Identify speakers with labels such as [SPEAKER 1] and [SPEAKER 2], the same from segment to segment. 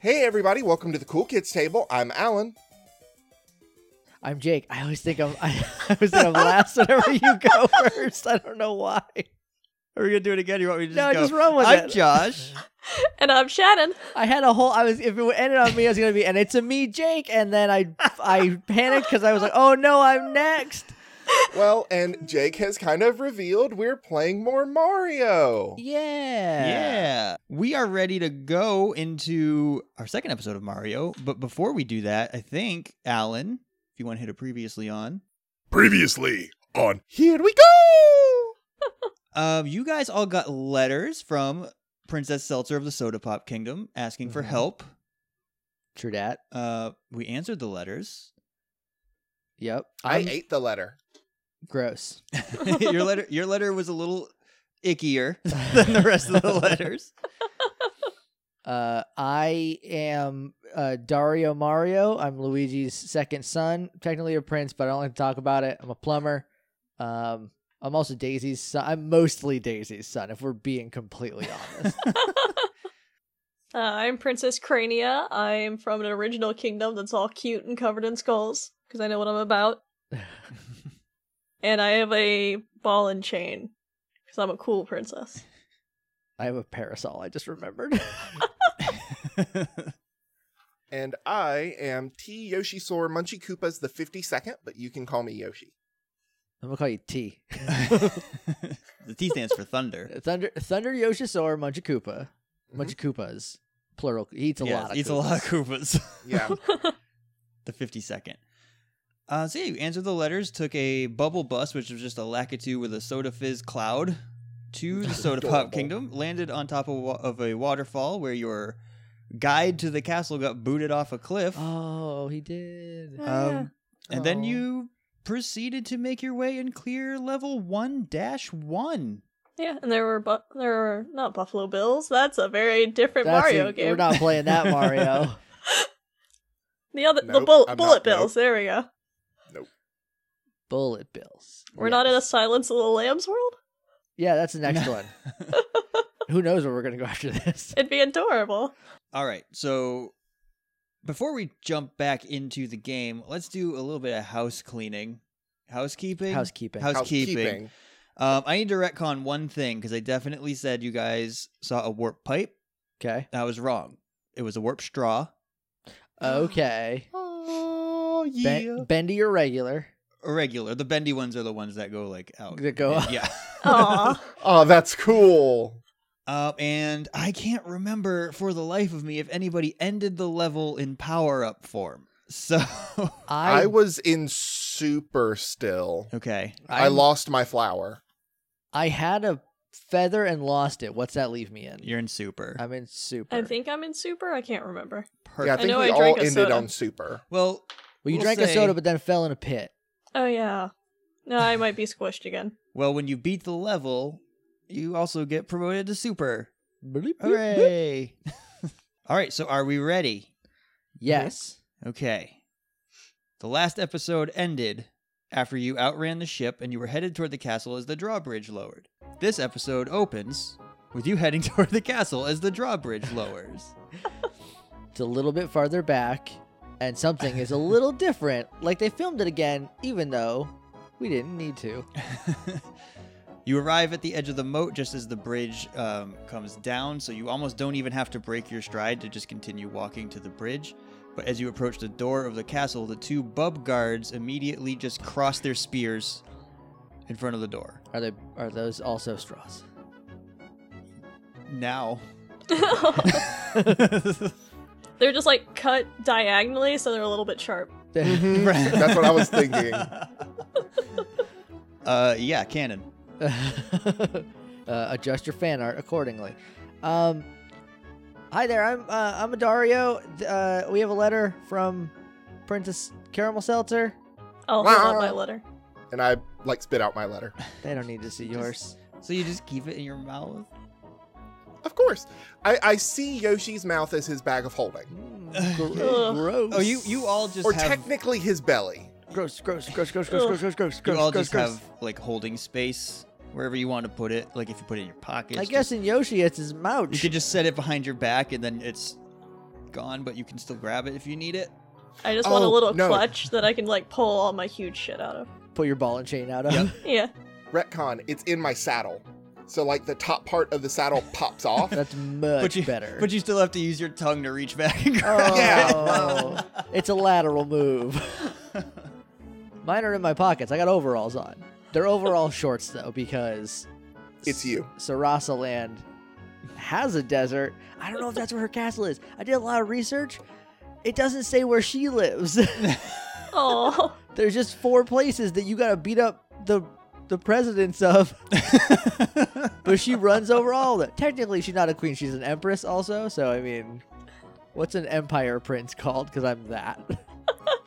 [SPEAKER 1] Hey, everybody, welcome to the Cool Kids Table. I'm Alan.
[SPEAKER 2] I'm Jake. I always think I'm I, I always think I'm last whenever you go first. I don't know why.
[SPEAKER 3] Are we gonna do it again? You want me to just
[SPEAKER 2] No,
[SPEAKER 3] go?
[SPEAKER 2] just run with
[SPEAKER 3] I'm
[SPEAKER 2] it.
[SPEAKER 3] Josh.
[SPEAKER 4] And I'm Shannon.
[SPEAKER 2] I had a whole I was if it ended on me, I was gonna be and it's a me, Jake, and then I I panicked because I was like, oh no, I'm next.
[SPEAKER 1] Well, and Jake has kind of revealed we're playing more Mario.
[SPEAKER 2] Yeah.
[SPEAKER 3] yeah, we are ready to go into our second episode of Mario. But before we do that, I think Alan, if you want to hit a previously on,
[SPEAKER 5] Previously on
[SPEAKER 1] Here we go!
[SPEAKER 3] um, you guys all got letters from Princess Seltzer of the Soda Pop Kingdom asking for
[SPEAKER 2] Mhm.
[SPEAKER 3] help.
[SPEAKER 2] True dat.
[SPEAKER 3] Uh, we answered the letters.
[SPEAKER 2] Yep.
[SPEAKER 1] I
[SPEAKER 2] I'm-
[SPEAKER 1] ate the letter.
[SPEAKER 2] gross.
[SPEAKER 3] your letter, your letter was a little ickier than the rest of the letters.
[SPEAKER 2] Uh, I am uh, Dario Mario. I'm Luigi's second son, technically a prince, but I don't like to talk about it. I'm a plumber. Um, I'm also Daisy's son. I'm mostly Daisy's son, if we're being completely honest.
[SPEAKER 4] Uh, I'm Princess Crania. I'm from an original kingdom that's all cute and covered in skulls, because I know what I'm about. And I have a ball and chain, because I'm a cool princess.
[SPEAKER 2] I have a parasol. I just remembered.
[SPEAKER 1] And I am T. Yoshi Sora Munchie Koopas the 52nd, but you can call me Yoshi.
[SPEAKER 2] I'm gonna call you T.
[SPEAKER 3] the T stands for thunder.
[SPEAKER 2] Thunder, Thunder Yoshisaur Munchakoopa, Munchakoopas, plural. He eats a
[SPEAKER 3] Yeah,
[SPEAKER 2] lot. Of
[SPEAKER 3] It's a lot of
[SPEAKER 2] Koopas.
[SPEAKER 3] Koopas.
[SPEAKER 1] Yeah.
[SPEAKER 3] the 52nd. Uh, so yeah, you answered the letters, took a bubble bus, which was just a Lakitu with a soda fizz cloud, to the
[SPEAKER 1] That's
[SPEAKER 3] Soda
[SPEAKER 1] adorable.
[SPEAKER 3] Pop Kingdom, landed on top of, wa- of a waterfall where your guide to the castle got booted off a cliff.
[SPEAKER 2] Oh, he did.
[SPEAKER 3] Um, and
[SPEAKER 2] Oh.
[SPEAKER 3] then you proceeded to make your way and clear level 1 dash 1.
[SPEAKER 4] yeah, and there were bu- there were not Buffalo Bills. That's a very different
[SPEAKER 2] That's
[SPEAKER 4] Mario
[SPEAKER 2] a-
[SPEAKER 4] game.
[SPEAKER 2] We're not playing that Mario.
[SPEAKER 4] the other the
[SPEAKER 1] Nope,
[SPEAKER 4] bullet
[SPEAKER 1] I'm
[SPEAKER 4] bullet
[SPEAKER 1] not- nope.
[SPEAKER 4] bills. There we go.
[SPEAKER 2] Bullet bills.
[SPEAKER 4] We're not in a
[SPEAKER 2] Yes.
[SPEAKER 4] Silence of the Lambs world.
[SPEAKER 2] Yeah, that's the next one. Who knows where we're gonna go after this?
[SPEAKER 4] It'd be adorable.
[SPEAKER 3] All right. So before we jump back into the game, let's do a little bit of house cleaning, housekeeping,
[SPEAKER 2] Housekeeping.
[SPEAKER 3] housekeeping. Um, I need to retcon one thing because I definitely said you guys saw a warp pipe.
[SPEAKER 2] okay.
[SPEAKER 3] I was wrong. It was a warp straw,
[SPEAKER 2] Okay.
[SPEAKER 1] Oh, yeah.
[SPEAKER 2] Ben- bendy or regular?
[SPEAKER 3] irregular. The bendy ones are the ones that go like out.
[SPEAKER 2] That go up.
[SPEAKER 3] Oh, Yeah.
[SPEAKER 4] Aw.
[SPEAKER 1] oh, that's cool.
[SPEAKER 3] Um, and I can't remember for the life of me if anybody ended the level in power up form. So
[SPEAKER 2] I,
[SPEAKER 1] I, was in super still.
[SPEAKER 3] okay.
[SPEAKER 1] I
[SPEAKER 2] I'm-
[SPEAKER 1] lost my flower.
[SPEAKER 2] I had a feather and lost it. What's that leave me in?
[SPEAKER 3] You're in super.
[SPEAKER 2] I'm in super.
[SPEAKER 4] I think I'm in Super. I can't remember.
[SPEAKER 3] Perfect.
[SPEAKER 1] Yeah, I
[SPEAKER 4] I
[SPEAKER 1] think
[SPEAKER 4] know
[SPEAKER 1] we
[SPEAKER 4] I
[SPEAKER 1] all
[SPEAKER 4] drank a
[SPEAKER 1] ended
[SPEAKER 4] soda.
[SPEAKER 1] on super.
[SPEAKER 3] Well,
[SPEAKER 2] well, you
[SPEAKER 3] we'll
[SPEAKER 2] drank a
[SPEAKER 3] say-
[SPEAKER 2] soda, but then fell in a pit.
[SPEAKER 4] Oh yeah. No, I might be squished again.
[SPEAKER 3] well, when you beat the level, you also get promoted to super.
[SPEAKER 2] Bloop, bloop, bloop.
[SPEAKER 3] Hooray! All right, so are we ready?
[SPEAKER 2] Yes.
[SPEAKER 3] Okay. The last episode ended after you outran the ship and you were headed toward the castle as the drawbridge lowered. This episode opens with you heading toward the castle as the drawbridge lowers.
[SPEAKER 2] It's a little bit farther back, and something is a little different. Like they filmed it again, even though we didn't need to.
[SPEAKER 3] you arrive at the edge of the moat just as the bridge um, comes down, so you almost don't even have to break your stride to just continue walking to the bridge. But as you approach the door of the castle, the two bub guards immediately just cross their spears in front of the door.
[SPEAKER 2] Are they? Are those also straws?
[SPEAKER 3] Now.
[SPEAKER 4] They're just like cut diagonally, so they're a little bit sharp.
[SPEAKER 3] Mm-hmm.
[SPEAKER 1] That's what I was thinking.
[SPEAKER 3] Uh, yeah, cannon.
[SPEAKER 2] uh, adjust your fan art accordingly. Um, hi there, I'm uh, I'm Dario. Uh, we have a letter from Princess Caramel Seltzer.
[SPEAKER 4] I'll hold
[SPEAKER 1] Wow.
[SPEAKER 4] out my letter.
[SPEAKER 1] And I like spit out my letter.
[SPEAKER 2] They don't need to see yours.
[SPEAKER 3] So you just keep it in your mouth?
[SPEAKER 1] Of course. I, I see Yoshi's mouth as his bag of holding.
[SPEAKER 2] Mm, gr-
[SPEAKER 4] Ugh.
[SPEAKER 2] gross.
[SPEAKER 3] Oh, you you all just
[SPEAKER 1] or
[SPEAKER 3] have
[SPEAKER 1] technically his belly.
[SPEAKER 2] gross, gross, gross, gross, gross, gross, gross, gross,
[SPEAKER 3] you all
[SPEAKER 2] gross, gross,
[SPEAKER 3] just
[SPEAKER 2] gross.
[SPEAKER 3] have like holding space wherever you want to put it. Like if you put it in your pocket,
[SPEAKER 2] I
[SPEAKER 3] it's
[SPEAKER 2] guess
[SPEAKER 3] just-
[SPEAKER 2] in Yoshi it's his mouth.
[SPEAKER 3] you could just set it behind your back and then it's gone, but you can still grab it if you need it.
[SPEAKER 4] I just want a
[SPEAKER 1] Oh,
[SPEAKER 4] little
[SPEAKER 1] no.
[SPEAKER 4] clutch that I can like pull all my huge shit out of.
[SPEAKER 2] Pull your ball and chain out of.
[SPEAKER 3] Yep.
[SPEAKER 4] Yeah.
[SPEAKER 1] Retcon, it's in my saddle. So like the top part of the saddle pops off.
[SPEAKER 2] That's much
[SPEAKER 3] But you-
[SPEAKER 2] better.
[SPEAKER 3] But you still have to use your tongue to reach back and grab
[SPEAKER 2] oh,
[SPEAKER 1] Yeah.
[SPEAKER 2] it's a lateral move.
[SPEAKER 3] it.
[SPEAKER 2] Mine are in my pockets. I got overalls on. They're overall shorts though because
[SPEAKER 1] It's you.
[SPEAKER 2] Sarasa Land has a desert. I don't know if that's where her castle is. I did a lot of research. It doesn't say where she lives.
[SPEAKER 4] Oh,
[SPEAKER 2] There's just four places that you gotta beat up the the presidents of. but she runs over all of it. Technically, she's not a queen. She's an empress, also. So I mean, what's an empire prince called? Because I'm that.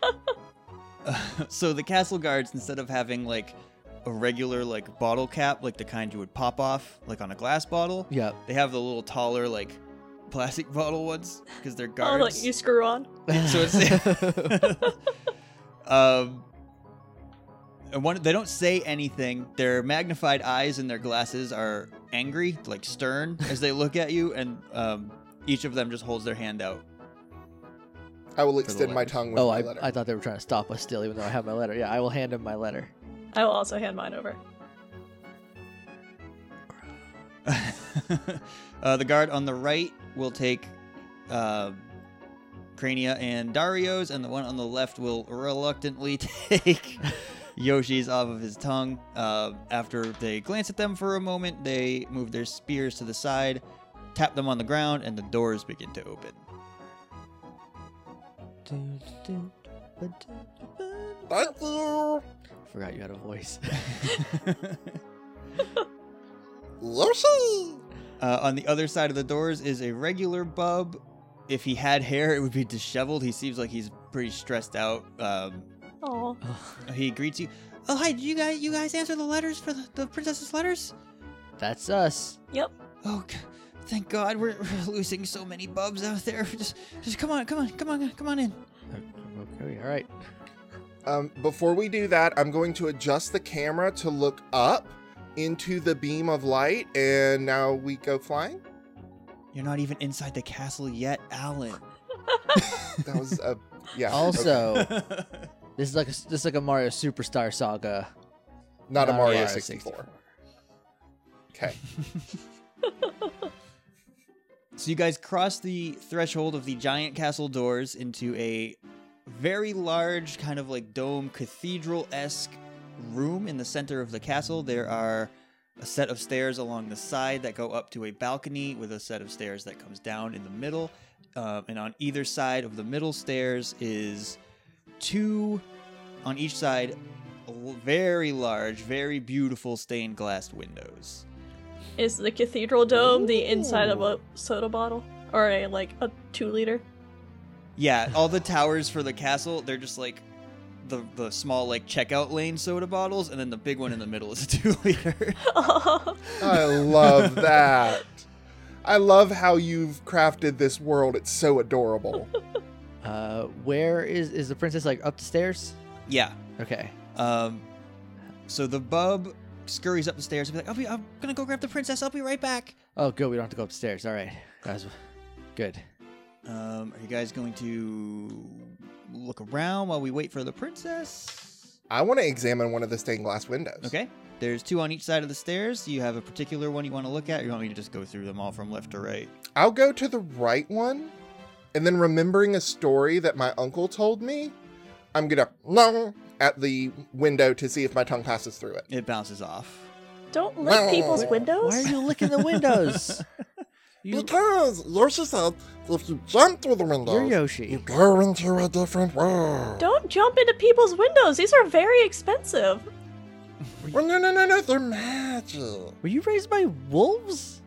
[SPEAKER 3] so the castle guards, instead of having like a regular like bottle cap, like the kind you would pop off like on a glass bottle,
[SPEAKER 2] yep.
[SPEAKER 3] they have the little taller like plastic bottle ones because they're
[SPEAKER 4] I'll
[SPEAKER 3] guards.
[SPEAKER 4] let you screw on.
[SPEAKER 3] So it's um, and one they don't say anything. Their magnified eyes and their glasses are angry, like stern, as they look at you. And um, each of them just holds their hand out.
[SPEAKER 1] I will
[SPEAKER 3] the
[SPEAKER 1] extend my
[SPEAKER 3] letters.
[SPEAKER 1] tongue with
[SPEAKER 2] oh,
[SPEAKER 1] my
[SPEAKER 2] I,
[SPEAKER 1] letter.
[SPEAKER 2] I thought they were trying to stop us still, even though I have my letter. Yeah, I will hand him my letter.
[SPEAKER 4] I will also hand mine over.
[SPEAKER 3] uh, the guard on the right will take uh, Crania and Dario's, and the one on the left will reluctantly take Yoshi's off of his tongue. Uh, after they glance at them for a moment, they move their spears to the side, tap them on the ground, and the doors begin to open.
[SPEAKER 1] Thank you.
[SPEAKER 2] Forgot you had a voice.
[SPEAKER 1] Yoshi.
[SPEAKER 3] Uh, on the other side of the doors is a regular bub. If he had hair, it would be disheveled. He seems like he's pretty stressed out. Um,
[SPEAKER 4] Oh,
[SPEAKER 3] he greets you. Oh hi! Did you guys you guys answer the letters for the, the princess's letters?
[SPEAKER 2] That's us.
[SPEAKER 3] Oh, g- thank God! We're, we're losing so many bubs out there. Just just come on, come on, come on, come on in.
[SPEAKER 2] Okay, all right.
[SPEAKER 1] Um, before we do that, I'm going to adjust the camera to look up into the beam of light, and now we go flying.
[SPEAKER 3] You're not even inside the castle yet, Alan.
[SPEAKER 1] That was a yeah.
[SPEAKER 2] Also, this is like a, this is like a Mario Superstar Saga.
[SPEAKER 1] okay. not a
[SPEAKER 2] not
[SPEAKER 1] Mario, 64. Okay.
[SPEAKER 3] So you guys cross the threshold of the giant castle doors into a very large, kind of like dome cathedral esque room in the center of the castle. There are a set of stairs along the side that go up to a balcony with a set of stairs that comes down in the middle. Um, and on either side of the middle stairs is two, on each side, l- very large, very beautiful stained glass windows.
[SPEAKER 4] is the cathedral dome the inside of a soda bottle or a like a two liter?
[SPEAKER 3] Yeah, all the towers for the castle, they're just like the the small like checkout lane soda bottles, and then the big one in the middle is a two liter.
[SPEAKER 1] I love that. I love how you've crafted this world. It's so adorable.
[SPEAKER 2] Uh, where is is the princess? Like up the stairs?
[SPEAKER 3] yeah.
[SPEAKER 2] Okay.
[SPEAKER 3] Um. So the bub scurries up the stairs and be like, I'll be, "I'm gonna go grab the princess. I'll be right back."
[SPEAKER 2] Oh, good. We don't have to go upstairs. All right, guys. Good.
[SPEAKER 3] Um, are you guys going to look around while we wait for the princess?
[SPEAKER 1] I want to examine one of the stained glass windows.
[SPEAKER 3] Okay. There's two on each side of the stairs. You have a particular one you want to look at. Or you want me to just go through them all from left to right?
[SPEAKER 1] I'll go to the right one, and then remembering a story that my uncle told me, I'm gonna lung at the window to see if my tongue passes through it.
[SPEAKER 3] It bounces off.
[SPEAKER 4] Don't lick people's windows.
[SPEAKER 2] Why are you licking the windows? You,
[SPEAKER 1] Because Yoshi said if you jump through the
[SPEAKER 2] you're
[SPEAKER 1] window,
[SPEAKER 2] Yoshi.
[SPEAKER 1] go into a different world.
[SPEAKER 4] Don't jump into people's windows. These are very expensive.
[SPEAKER 1] Well, no, no, no, no, they're magic.
[SPEAKER 2] Were you raised by wolves?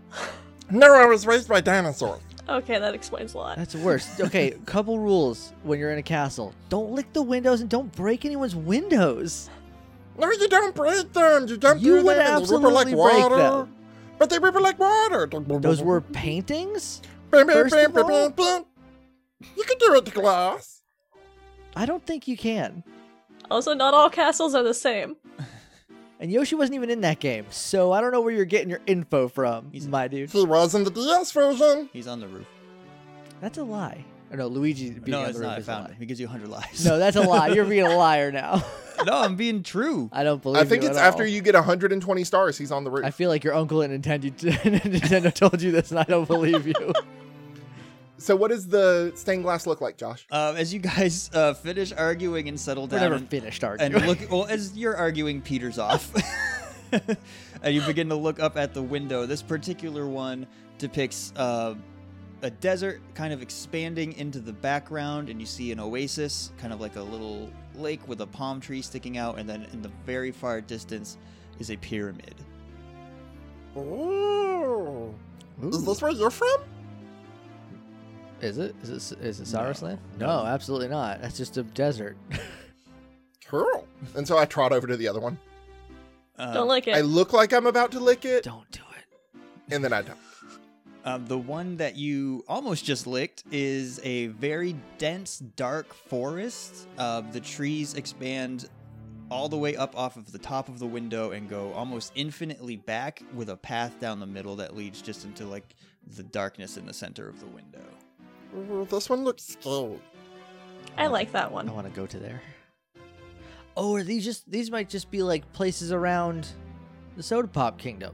[SPEAKER 1] No, I was raised by dinosaurs.
[SPEAKER 4] Okay, that explains a lot.
[SPEAKER 2] That's worse. Okay, couple rules when you're in a castle. Don't lick the windows and don't break anyone's windows.
[SPEAKER 1] No, you don't break them. You jump
[SPEAKER 2] You
[SPEAKER 1] through
[SPEAKER 2] would
[SPEAKER 1] them and they ripple like
[SPEAKER 2] absolutely break
[SPEAKER 1] water.
[SPEAKER 2] them.
[SPEAKER 1] But they ripple like water.
[SPEAKER 2] Those were paintings?
[SPEAKER 1] Bam, bam,
[SPEAKER 2] first
[SPEAKER 1] bam,
[SPEAKER 2] of
[SPEAKER 1] bam,
[SPEAKER 2] all-
[SPEAKER 1] bam, bam. You can do it to glass.
[SPEAKER 2] I don't think you can.
[SPEAKER 4] Also, not all castles are the same.
[SPEAKER 2] And Yoshi wasn't even in that game, so I don't know where you're getting your info from,
[SPEAKER 3] He's-
[SPEAKER 2] my dude.
[SPEAKER 1] He was in the DS version.
[SPEAKER 3] He's on the roof.
[SPEAKER 2] That's a lie. Or no, Luigi being
[SPEAKER 3] no,
[SPEAKER 2] on
[SPEAKER 3] it's
[SPEAKER 2] the roof
[SPEAKER 3] not. I
[SPEAKER 2] is a
[SPEAKER 3] found
[SPEAKER 2] lie.
[SPEAKER 3] it. He gives you 100 lives.
[SPEAKER 2] No, that's a lie. You're being a liar now.
[SPEAKER 3] no, I'm being true.
[SPEAKER 2] I don't believe.
[SPEAKER 1] I think
[SPEAKER 2] you
[SPEAKER 1] it's
[SPEAKER 2] at
[SPEAKER 1] after
[SPEAKER 2] all.
[SPEAKER 1] you get 120 stars, he's on the roof.
[SPEAKER 2] I feel like your uncle at Nintendo, Nintendo told you this, and I don't believe you.
[SPEAKER 1] so what does the stained glass look like, Josh?
[SPEAKER 3] Um, as you guys uh, finish arguing and settle
[SPEAKER 2] We're
[SPEAKER 3] down,
[SPEAKER 2] never
[SPEAKER 3] and-
[SPEAKER 2] finished arguing.
[SPEAKER 3] and look well as you're arguing peter's off and you begin to look up at the window this particular one depicts uh, a desert kind of expanding into the background and you see an oasis kind of like a little lake with a palm tree sticking out and then in the very far distance is a pyramid
[SPEAKER 1] Oh, is
[SPEAKER 2] Ooh,
[SPEAKER 1] this where you're from?
[SPEAKER 2] is it? Is it? Is it
[SPEAKER 3] No.
[SPEAKER 2] Cyrus Land? No, absolutely not. That's just a desert.
[SPEAKER 1] Cool. And so I trot over to the other one.
[SPEAKER 3] Uh,
[SPEAKER 4] Don't like it.
[SPEAKER 1] I look like I'm about to lick it,
[SPEAKER 2] don't do it.
[SPEAKER 1] and then I don't.
[SPEAKER 3] Um, the one that you almost just licked is a very dense, dark forest. Uh, the trees expand all the way up off of the top of the window and go almost infinitely back with a path down the middle that leads just into like the darkness in the center of the window.
[SPEAKER 1] Oh, This one looks scary.
[SPEAKER 4] I like that
[SPEAKER 2] I
[SPEAKER 4] one.
[SPEAKER 2] want to go to there. Oh, are these just? These might just be like places around the Soda Pop Kingdom.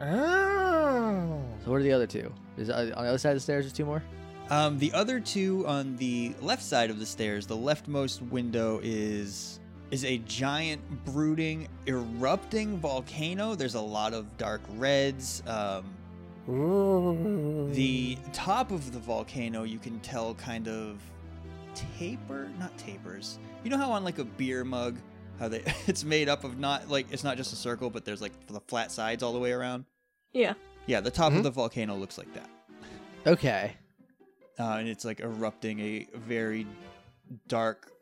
[SPEAKER 1] Oh.
[SPEAKER 2] So what are the other two? Is uh, on the other side of the stairs? There's two more.
[SPEAKER 3] Um, the other two on the left side of the stairs, the leftmost window is is a giant brooding erupting volcano. There's a lot of dark reds. Um, The top of the volcano, you can tell kind of taper, not tapers. You know how on like a beer mug, how they it's made up of not like it's not just a circle, but there's like the flat sides all the way around.
[SPEAKER 4] Yeah.
[SPEAKER 3] Yeah, the top
[SPEAKER 1] Mhm.
[SPEAKER 3] of the volcano looks like that,
[SPEAKER 2] Okay.
[SPEAKER 3] uh, and it's like erupting a very dark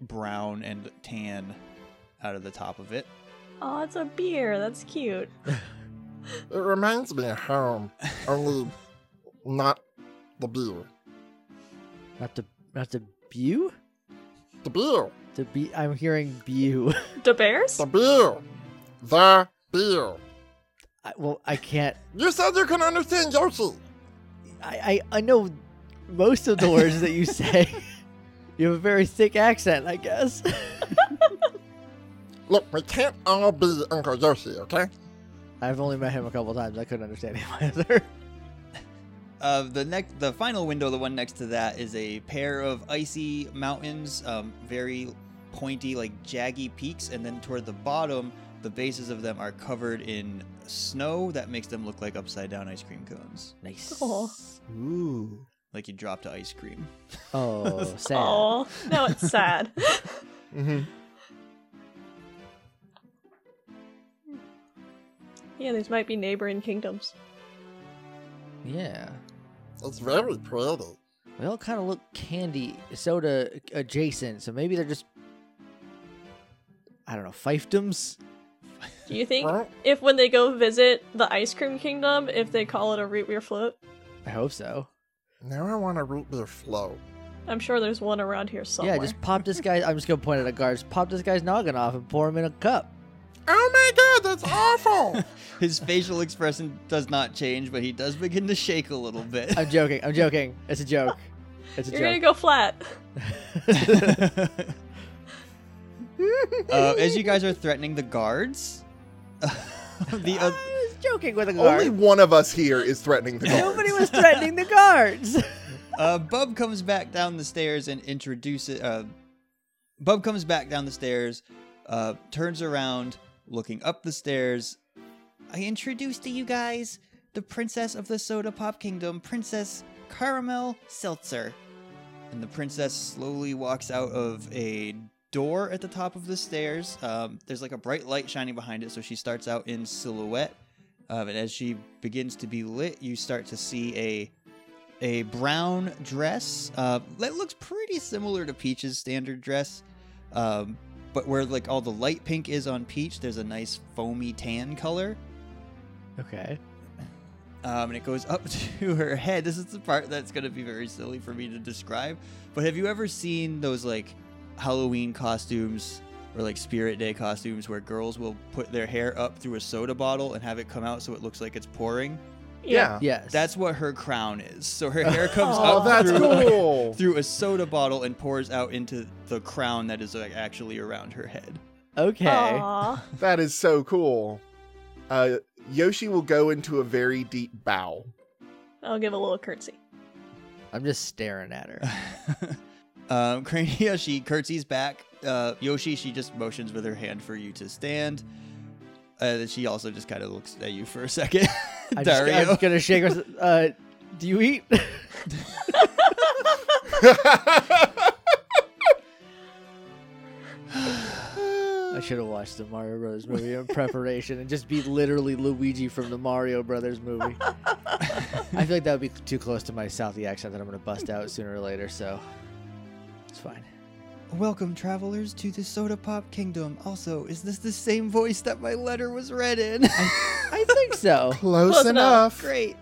[SPEAKER 3] brown and tan out of the top of it.
[SPEAKER 4] Oh, it's a beer. That's cute.
[SPEAKER 1] It reminds me of home, only not the beer.
[SPEAKER 2] Not the not the Bew.
[SPEAKER 1] The beer.
[SPEAKER 2] The be I'm hearing Bew.
[SPEAKER 4] The bears?
[SPEAKER 1] The beer. The beer.
[SPEAKER 2] I, well, I can't.
[SPEAKER 1] You said you can understand Yoshi.
[SPEAKER 2] I, I I know most of the words that you say. You have a very thick accent, I guess.
[SPEAKER 1] Look, we can't all be Uncle Yoshi, okay?
[SPEAKER 2] I've only met him a couple times. I couldn't understand him either.
[SPEAKER 3] Uh, the next, the final window, the one next to that, is a pair of icy mountains, um, very pointy, like jaggy peaks, and then toward the bottom, the bases of them are covered in snow that makes them look like upside down ice cream cones,
[SPEAKER 2] Nice.
[SPEAKER 4] Aw.
[SPEAKER 2] Ooh.
[SPEAKER 3] like you dropped a ice cream.
[SPEAKER 2] Oh, sad.
[SPEAKER 4] Oh, now it's sad.
[SPEAKER 1] Mm-hmm.
[SPEAKER 4] yeah, these might be neighboring kingdoms.
[SPEAKER 2] Yeah.
[SPEAKER 1] It's very pretty.
[SPEAKER 2] They all kind of look candy soda adjacent, so maybe they're just I don't know fiefdoms.
[SPEAKER 4] Do you think
[SPEAKER 1] Well,
[SPEAKER 4] if when they go visit the ice cream kingdom, if they call it a root beer float?
[SPEAKER 2] I hope so.
[SPEAKER 1] now I want a root beer float.
[SPEAKER 4] I'm sure there's one around here somewhere.
[SPEAKER 2] Yeah, just pop this guy. I'm just gonna point at a guard. Just pop this guy's noggin off and pour him in a cup.
[SPEAKER 1] Oh my god, that's awful!
[SPEAKER 3] His facial expression does not change, but he does begin to shake a little bit.
[SPEAKER 2] I'm joking. I'm joking. It's a joke. It's a
[SPEAKER 4] You're gonna
[SPEAKER 2] joke.
[SPEAKER 4] go flat.
[SPEAKER 3] Uh, as you guys are threatening the guards, the
[SPEAKER 2] I
[SPEAKER 3] oth-
[SPEAKER 2] was joking with a guard.
[SPEAKER 1] Only one of us here is threatening the guards.
[SPEAKER 2] Nobody was threatening the guards.
[SPEAKER 3] uh, Bub comes back down the stairs and introduces. Uh, Bub comes back down the stairs, uh, turns around, looking up the stairs. I introduce to you guys the princess of the soda pop kingdom, Princess Caramel Seltzer. And the princess slowly walks out of a door at the top of the stairs. Um, there's like a bright light shining behind it, so she starts out in silhouette. Um, and as she begins to be lit, you start to see a a brown dress uh, that looks pretty similar to Peach's standard dress, um, but where like all the light pink is on Peach, there's a nice foamy tan color,
[SPEAKER 2] okay.
[SPEAKER 3] um, and it goes up to her head. This is the part that's going to be very silly for me to describe. But have you ever seen those like Halloween costumes or like Spirit Day costumes where girls will put their hair up through a soda bottle and have it come out so it looks like it's pouring?
[SPEAKER 1] Yeah.
[SPEAKER 2] Yes.
[SPEAKER 3] That's what her crown is. So her hair comes
[SPEAKER 4] Oh,
[SPEAKER 1] Oh,
[SPEAKER 3] up
[SPEAKER 1] that's
[SPEAKER 3] through,
[SPEAKER 1] cool.
[SPEAKER 3] through a soda bottle and pours out into the crown that is like, actually around her head.
[SPEAKER 2] okay.
[SPEAKER 4] Aw.
[SPEAKER 1] that is so cool. Uh, Yoshi will go into a very deep bow.
[SPEAKER 4] I'll give a little curtsy.
[SPEAKER 2] I'm just staring at her.
[SPEAKER 3] um, Crania, she curtsies back. Uh, Yoshi, she just motions with her hand for you to stand. Uh, she also just kind of looks at you for a second.
[SPEAKER 2] I'm just,
[SPEAKER 3] Dario.
[SPEAKER 2] I'm just gonna shake her. Uh, do you eat? I should have watched the Mario Brothers movie in preparation and just be literally Luigi from the Mario Brothers movie. I feel like that would be too close to my Southie accent that I'm gonna bust out sooner or later, so it's fine.
[SPEAKER 3] Welcome, travelers, to the Soda Pop Kingdom. Also, is this the same voice that my letter was read in?
[SPEAKER 2] I think so.
[SPEAKER 1] Close,
[SPEAKER 4] Close
[SPEAKER 1] enough.
[SPEAKER 4] enough.
[SPEAKER 3] Great.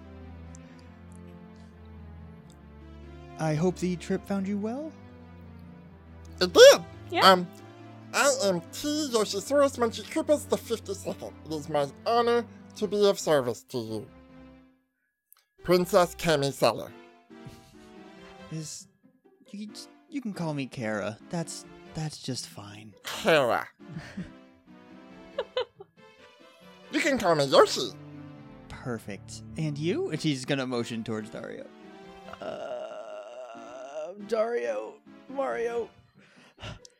[SPEAKER 3] I hope the trip found you well.
[SPEAKER 1] It did.
[SPEAKER 4] Yeah.
[SPEAKER 1] Um, I am T. Yoshisaurus Manchikubus the 52nd. It is my honor to be of service to you. Princess Kamisella.
[SPEAKER 3] Is you, can- you can call me Kara. That's that's just fine.
[SPEAKER 1] Kara. you can call me Yoshi.
[SPEAKER 3] Perfect. And you? And she's gonna motion towards Dario.
[SPEAKER 2] Uh, Dario, Mario.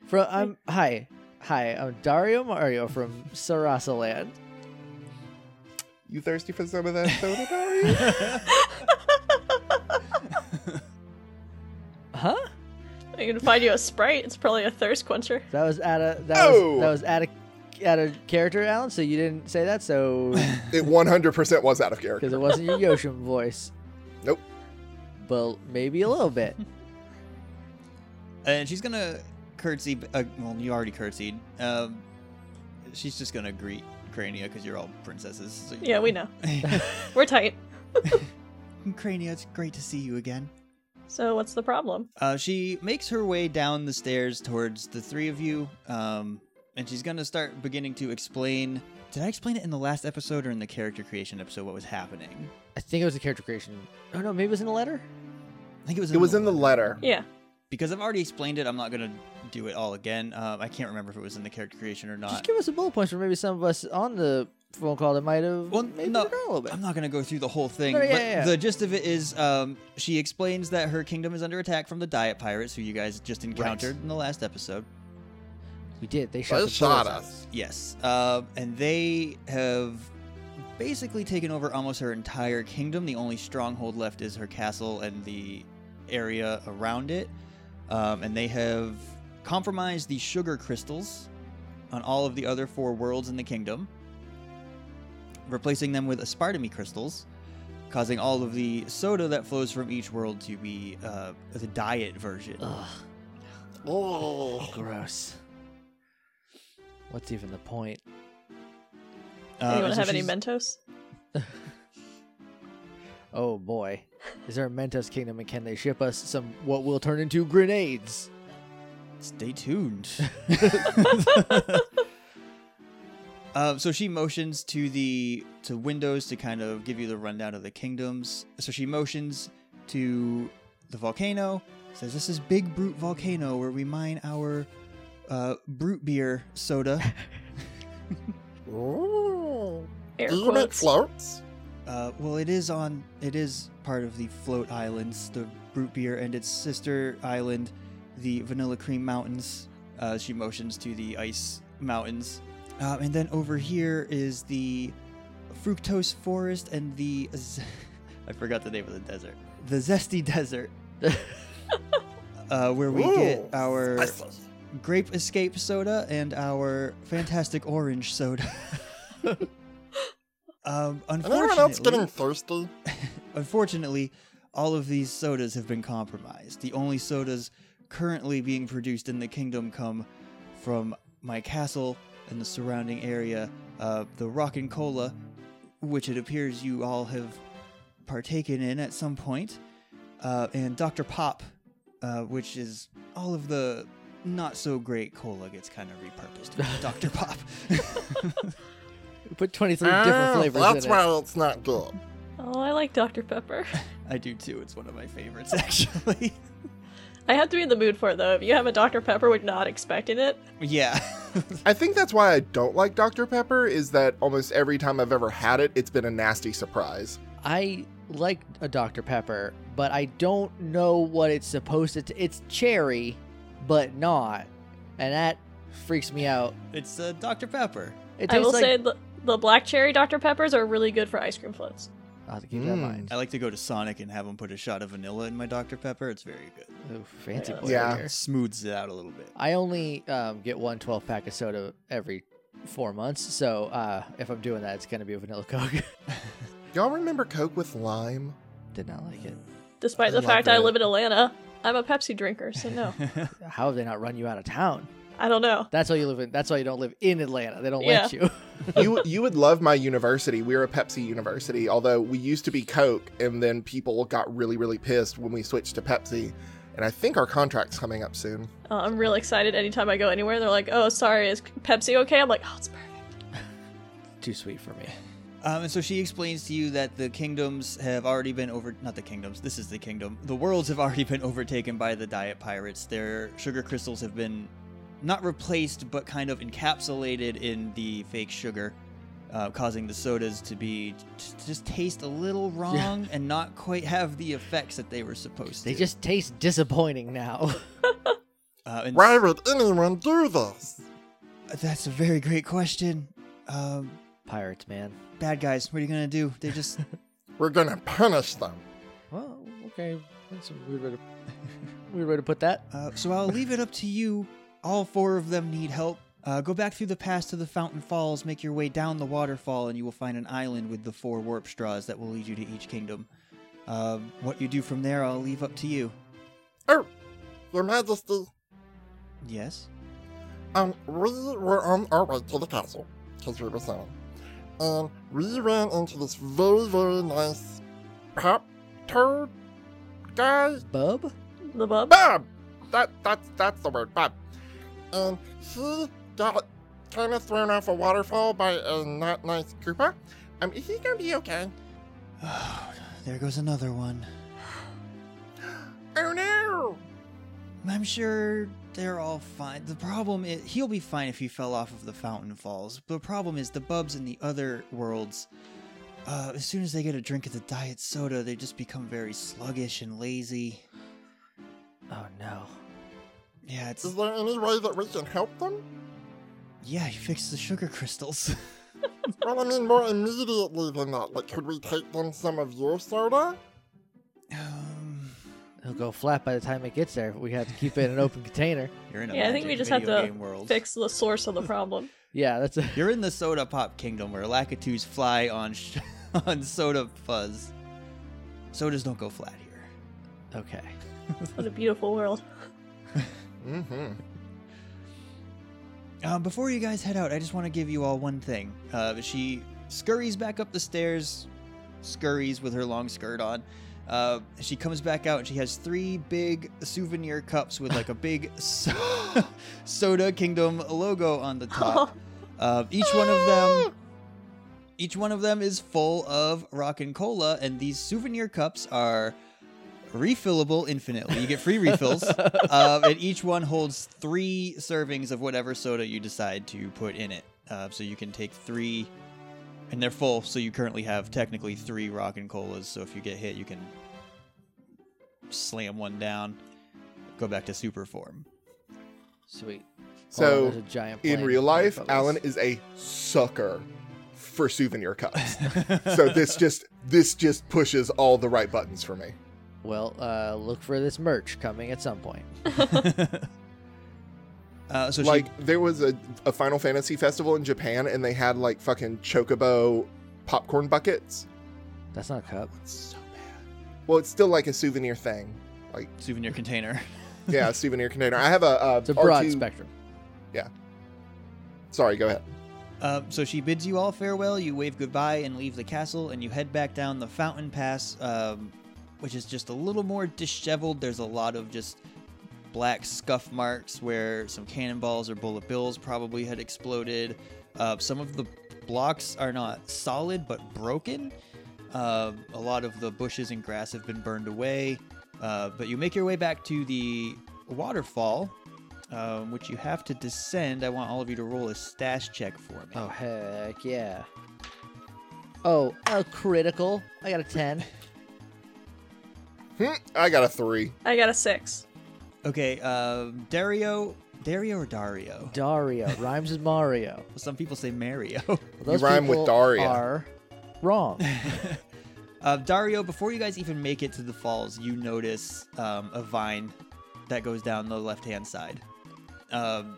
[SPEAKER 2] From I'm hi, hi. I'm Dario Mario from Sarasaland.
[SPEAKER 1] You thirsty for some of that soda, Dario?
[SPEAKER 2] Huh?
[SPEAKER 4] I can find you a sprite. It's probably a thirst quencher.
[SPEAKER 2] That was out of that
[SPEAKER 1] Oh!
[SPEAKER 2] was that was out of out of character, Alan. So you didn't say that, so
[SPEAKER 1] it 100% was out of character.
[SPEAKER 2] because it wasn't your Yoshim voice.
[SPEAKER 1] Nope.
[SPEAKER 2] Well, maybe a little bit.
[SPEAKER 3] And she's gonna curtsy. Uh, well, you already curtsied. Um, she's just gonna greet Crania because you're all princesses. So you
[SPEAKER 4] Yeah, we know. We're tight.
[SPEAKER 3] Crania, it's great to see you again.
[SPEAKER 4] So what's the problem?
[SPEAKER 3] Uh, she makes her way down the stairs towards the three of you, um, and she's going to start beginning to explain. Did I explain it in the last episode or in the character creation episode what was happening?
[SPEAKER 2] I think it was a character creation. Oh no, maybe it was in the letter.
[SPEAKER 3] I think it was.
[SPEAKER 1] It was in the letter.
[SPEAKER 4] Yeah.
[SPEAKER 3] because I've already explained it. I'm not going to do it all again. Um, I can't remember if it was in the character creation or
[SPEAKER 2] Just
[SPEAKER 3] not.
[SPEAKER 2] give us a bullet point for maybe some of us on the phone call that might have
[SPEAKER 3] Well,
[SPEAKER 2] maybe
[SPEAKER 3] no,
[SPEAKER 2] forgot a little bit.
[SPEAKER 3] I'm not going to go through the whole thing.
[SPEAKER 2] No, yeah,
[SPEAKER 3] but
[SPEAKER 2] yeah, yeah.
[SPEAKER 3] The gist of it is um, she explains that her kingdom is under attack from the Diet Pirates, who you guys just encountered in the last episode.
[SPEAKER 2] we did. They shot,
[SPEAKER 1] They
[SPEAKER 2] the
[SPEAKER 1] shot
[SPEAKER 2] doors
[SPEAKER 1] us.
[SPEAKER 2] out.
[SPEAKER 3] Yes. Um, and they have basically taken over almost her entire kingdom. The only stronghold left is her castle and the area around it. Um, and they have compromised the sugar crystals on all of the other four worlds in the kingdom, replacing them with aspartame crystals, causing all of the soda that flows from each world to be uh, the diet version.
[SPEAKER 2] Ugh,
[SPEAKER 1] Oh.
[SPEAKER 2] gross. What's even the point? Uh,
[SPEAKER 3] Um,
[SPEAKER 4] Anyone
[SPEAKER 3] and so
[SPEAKER 4] have any
[SPEAKER 3] she's-
[SPEAKER 4] Mentos?
[SPEAKER 2] Oh boy, is there a Mentos Kingdom, and can they ship us some what will turn into grenades?
[SPEAKER 3] Stay tuned. um, so she motions to the to windows to kind of give you the rundown of the kingdoms. So she motions to the volcano. Says this is Big Brute Volcano where we mine our uh, brute beer soda.
[SPEAKER 1] Ooh.
[SPEAKER 4] Air
[SPEAKER 1] Do you make
[SPEAKER 4] quotes.
[SPEAKER 1] floats?
[SPEAKER 3] Uh, well, it is on. It is part of the Float Islands, the root beer, and its sister island, the Vanilla Cream Mountains. Uh, she motions to the ice mountains, uh, and then over here is the fructose forest and the. Z- I forgot the name of the desert. The zesty desert, uh, where we
[SPEAKER 1] Ooh.
[SPEAKER 3] get our
[SPEAKER 1] Spicy.
[SPEAKER 3] grape escape soda and our fantastic orange soda. um,
[SPEAKER 1] And anyone else
[SPEAKER 3] unfortunately,
[SPEAKER 1] getting thirsty?
[SPEAKER 3] Unfortunately, all of these sodas have been compromised. The only sodas currently being produced in the kingdom come from my castle and the surrounding area, uh, the Rock and Cola, which it appears you all have partaken in at some point, uh, and Dr. Pop, uh, which is all of the not so great cola gets kind of repurposed. into Dr. Pop.
[SPEAKER 2] We put 23 different
[SPEAKER 1] Oh,
[SPEAKER 2] flavors
[SPEAKER 1] Ah,
[SPEAKER 3] Oh,
[SPEAKER 1] That's
[SPEAKER 2] in it.
[SPEAKER 1] why it's not good.
[SPEAKER 4] Oh, Oh, I like Dr. Pepper.
[SPEAKER 3] I do too. It's one of my favorites, actually.
[SPEAKER 4] I have to be in the mood for it, though. If you have a Dr. Pepper, we're not expecting it.
[SPEAKER 3] yeah.
[SPEAKER 1] I think that's why I don't like Dr. Pepper, is that almost every time I've ever had it, it's been a nasty surprise.
[SPEAKER 2] I like a Dr. Pepper, but I don't know what it's supposed to. T- it's cherry, but not, and that freaks me out.
[SPEAKER 3] it's uh, Dr. Pepper.
[SPEAKER 2] It
[SPEAKER 4] I will
[SPEAKER 2] like,
[SPEAKER 4] say the, the black cherry Dr. Peppers are really good for ice cream floats.
[SPEAKER 2] I'll have to keep that in
[SPEAKER 1] Mm.
[SPEAKER 2] mind.
[SPEAKER 3] I like to go to Sonic and have them put a shot of vanilla in my Dr. Pepper. It's very good.
[SPEAKER 2] Ooh, fancy
[SPEAKER 4] Yeah.
[SPEAKER 2] boy
[SPEAKER 1] Yeah.
[SPEAKER 2] over here.
[SPEAKER 3] It smooths it out a little bit.
[SPEAKER 2] I only um, get one 12 pack of soda every four months, so uh, if I'm doing that, it's gonna be a vanilla coke.
[SPEAKER 1] Y'all remember Coke with lime?
[SPEAKER 2] Did not like it.
[SPEAKER 4] Despite
[SPEAKER 3] I
[SPEAKER 4] the
[SPEAKER 3] love
[SPEAKER 4] fact I
[SPEAKER 3] that.
[SPEAKER 4] live in Atlanta, I'm a Pepsi drinker, so no.
[SPEAKER 2] How have they not run you out of town?
[SPEAKER 4] I don't know.
[SPEAKER 2] That's why you live in. That's why you don't live in Atlanta. They don't let you.
[SPEAKER 1] you you would love my university. We were a Pepsi university, although we used to be Coke, and then people got really really pissed when we switched to Pepsi. And I think our contract's coming up soon.
[SPEAKER 4] Uh, I'm real excited anytime I go anywhere. They're like, oh, sorry, is Pepsi okay? I'm like, oh, it's perfect.
[SPEAKER 2] Too sweet for me.
[SPEAKER 3] Um, and so she explains to you that the kingdoms have already been over. Not the kingdoms. This is the kingdom. The worlds have already been overtaken by the diet pirates. Their sugar crystals have been not replaced, but kind of encapsulated in the fake sugar, uh, causing the sodas to be t- to just taste a little wrong and not quite have the effects that they were supposed
[SPEAKER 2] They
[SPEAKER 3] to.
[SPEAKER 2] just taste disappointing now.
[SPEAKER 3] uh, and
[SPEAKER 1] Why would anyone do this?
[SPEAKER 3] That's a very great question. Um,
[SPEAKER 2] Pirates, man.
[SPEAKER 3] bad guys, what are you gonna do? They just
[SPEAKER 1] We're gonna punish them.
[SPEAKER 2] Well, okay. That's a weird way to weird way to put that.
[SPEAKER 3] Uh, so I'll leave it up to you. All four of them need help. Uh, go back through the pass to the Fountain Falls, make your way down the waterfall, and you will find an island with the four warp straws that will lead you to each kingdom. Uh, what you do from there, I'll leave up to you.
[SPEAKER 1] Oh, Your Majesty,
[SPEAKER 3] Yes?
[SPEAKER 1] um, we were on our way to the castle because we were sailing, and we ran into this very very nice pop turd guy
[SPEAKER 2] Bub?
[SPEAKER 4] The bub.
[SPEAKER 1] Bob. That that's that's the word, Bob. And he got kind of thrown off a waterfall by a not nice Koopa. Um, is he gonna be okay?
[SPEAKER 3] there goes another one.
[SPEAKER 1] Oh no!
[SPEAKER 3] I'm sure they're all fine. The problem is, he'll be fine if he fell off of the Fountain Falls. The problem is, the bubs in the other worlds, uh, as soon as they get a drink of the diet soda, they just become very sluggish and lazy.
[SPEAKER 2] Oh no.
[SPEAKER 3] Yeah, it's
[SPEAKER 1] Is there any way that we can help them?
[SPEAKER 3] Yeah, he fixed the sugar crystals.
[SPEAKER 1] well, I mean, more immediately than that. Like, could we take them some of your soda?
[SPEAKER 3] um,
[SPEAKER 2] It'll go flat by the time it gets there. We have to keep it in an open container.
[SPEAKER 3] you're in a
[SPEAKER 4] Yeah, I think we
[SPEAKER 3] magic
[SPEAKER 4] just have
[SPEAKER 3] video
[SPEAKER 4] to
[SPEAKER 3] game world.
[SPEAKER 4] Fix the source of the problem.
[SPEAKER 2] Yeah, that's a
[SPEAKER 3] You're in the soda pop kingdom where Lakitu's fly on sh- on soda fuzz. Sodas don't go flat here.
[SPEAKER 2] okay.
[SPEAKER 4] what a beautiful world.
[SPEAKER 1] Mm-hmm.
[SPEAKER 3] Um, before you guys head out, I just want to give you all one thing. Uh, she scurries back up the stairs, scurries with her long skirt on. Uh, she comes back out and she has three big souvenir cups with like a big so- Soda Kingdom logo on the top. Uh, each one of them, each one of them is full of rock and cola, and these souvenir cups are refillable infinitely. You get free refills, uh, and each one holds three servings of whatever soda you decide to put in it. Uh, so you can take three, and they're full. So you currently have technically three rock and colas. So if you get hit, you can slam one down, go back to super form.
[SPEAKER 2] Sweet.
[SPEAKER 1] So,
[SPEAKER 2] Oh, there's a giant
[SPEAKER 1] In
[SPEAKER 2] plane
[SPEAKER 1] real
[SPEAKER 2] with
[SPEAKER 1] life,
[SPEAKER 2] bubbles.
[SPEAKER 1] Alan is a sucker for souvenir cups. so this just this just pushes all the right buttons for me.
[SPEAKER 2] Well, uh, look for this merch coming at some point.
[SPEAKER 3] uh, so
[SPEAKER 1] like
[SPEAKER 3] she,
[SPEAKER 1] there was a, a Final Fantasy festival in Japan, and they had like fucking chocobo popcorn buckets.
[SPEAKER 2] That's not a cup.
[SPEAKER 1] It's so bad. Well, it's still like a souvenir thing. Like
[SPEAKER 3] souvenir container.
[SPEAKER 1] yeah, a souvenir container. I have a, uh
[SPEAKER 2] It's a broad
[SPEAKER 1] R2
[SPEAKER 2] spectrum.
[SPEAKER 1] Sorry, go ahead.
[SPEAKER 3] Uh, so she bids you all farewell. You wave goodbye and leave the castle, and you head back down the Fountain Pass, um, which is just a little more disheveled. There's a lot of just black scuff marks where some cannonballs or bullet bills probably had exploded. Uh, some of the blocks are not solid but broken. Uh, a lot of the bushes and grass have been burned away, uh, but you make your way back to the waterfall, um, which you have to descend. I want all of you to roll a stash check for me.
[SPEAKER 2] Oh heck yeah. Oh, a critical. I got a ten.
[SPEAKER 6] Hmm, I got a three.
[SPEAKER 4] I got a six.
[SPEAKER 3] Okay, um, Dario, Dario or Dario?
[SPEAKER 2] Dario rhymes with Mario.
[SPEAKER 3] Some people say Mario.
[SPEAKER 2] Well, those
[SPEAKER 6] rhyme with
[SPEAKER 2] people
[SPEAKER 6] Daria.
[SPEAKER 2] Are wrong.
[SPEAKER 3] uh, Dario, before you guys even make it to the falls, you notice um, a vine that goes down the left hand side. Um,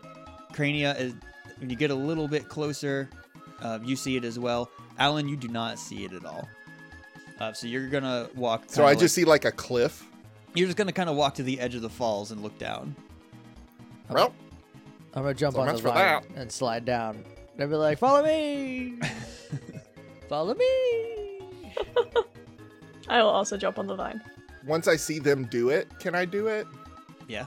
[SPEAKER 3] Crania, is, when you get a little bit closer, uh, you see it as well. Alan, you do not see it at all. Uh, so you're gonna walk.
[SPEAKER 6] So
[SPEAKER 3] kinda
[SPEAKER 6] I
[SPEAKER 3] like-
[SPEAKER 6] just see like a cliff.
[SPEAKER 3] you're just gonna kind of walk to the edge of the falls and look down.
[SPEAKER 6] Well,
[SPEAKER 2] I'm gonna jump
[SPEAKER 6] So
[SPEAKER 2] on the
[SPEAKER 6] much for
[SPEAKER 2] vine and slide down. And I'll be like, "Follow me, follow me."
[SPEAKER 4] I will also jump on the vine.
[SPEAKER 6] once I see them do it, can I do it?
[SPEAKER 3] Yeah.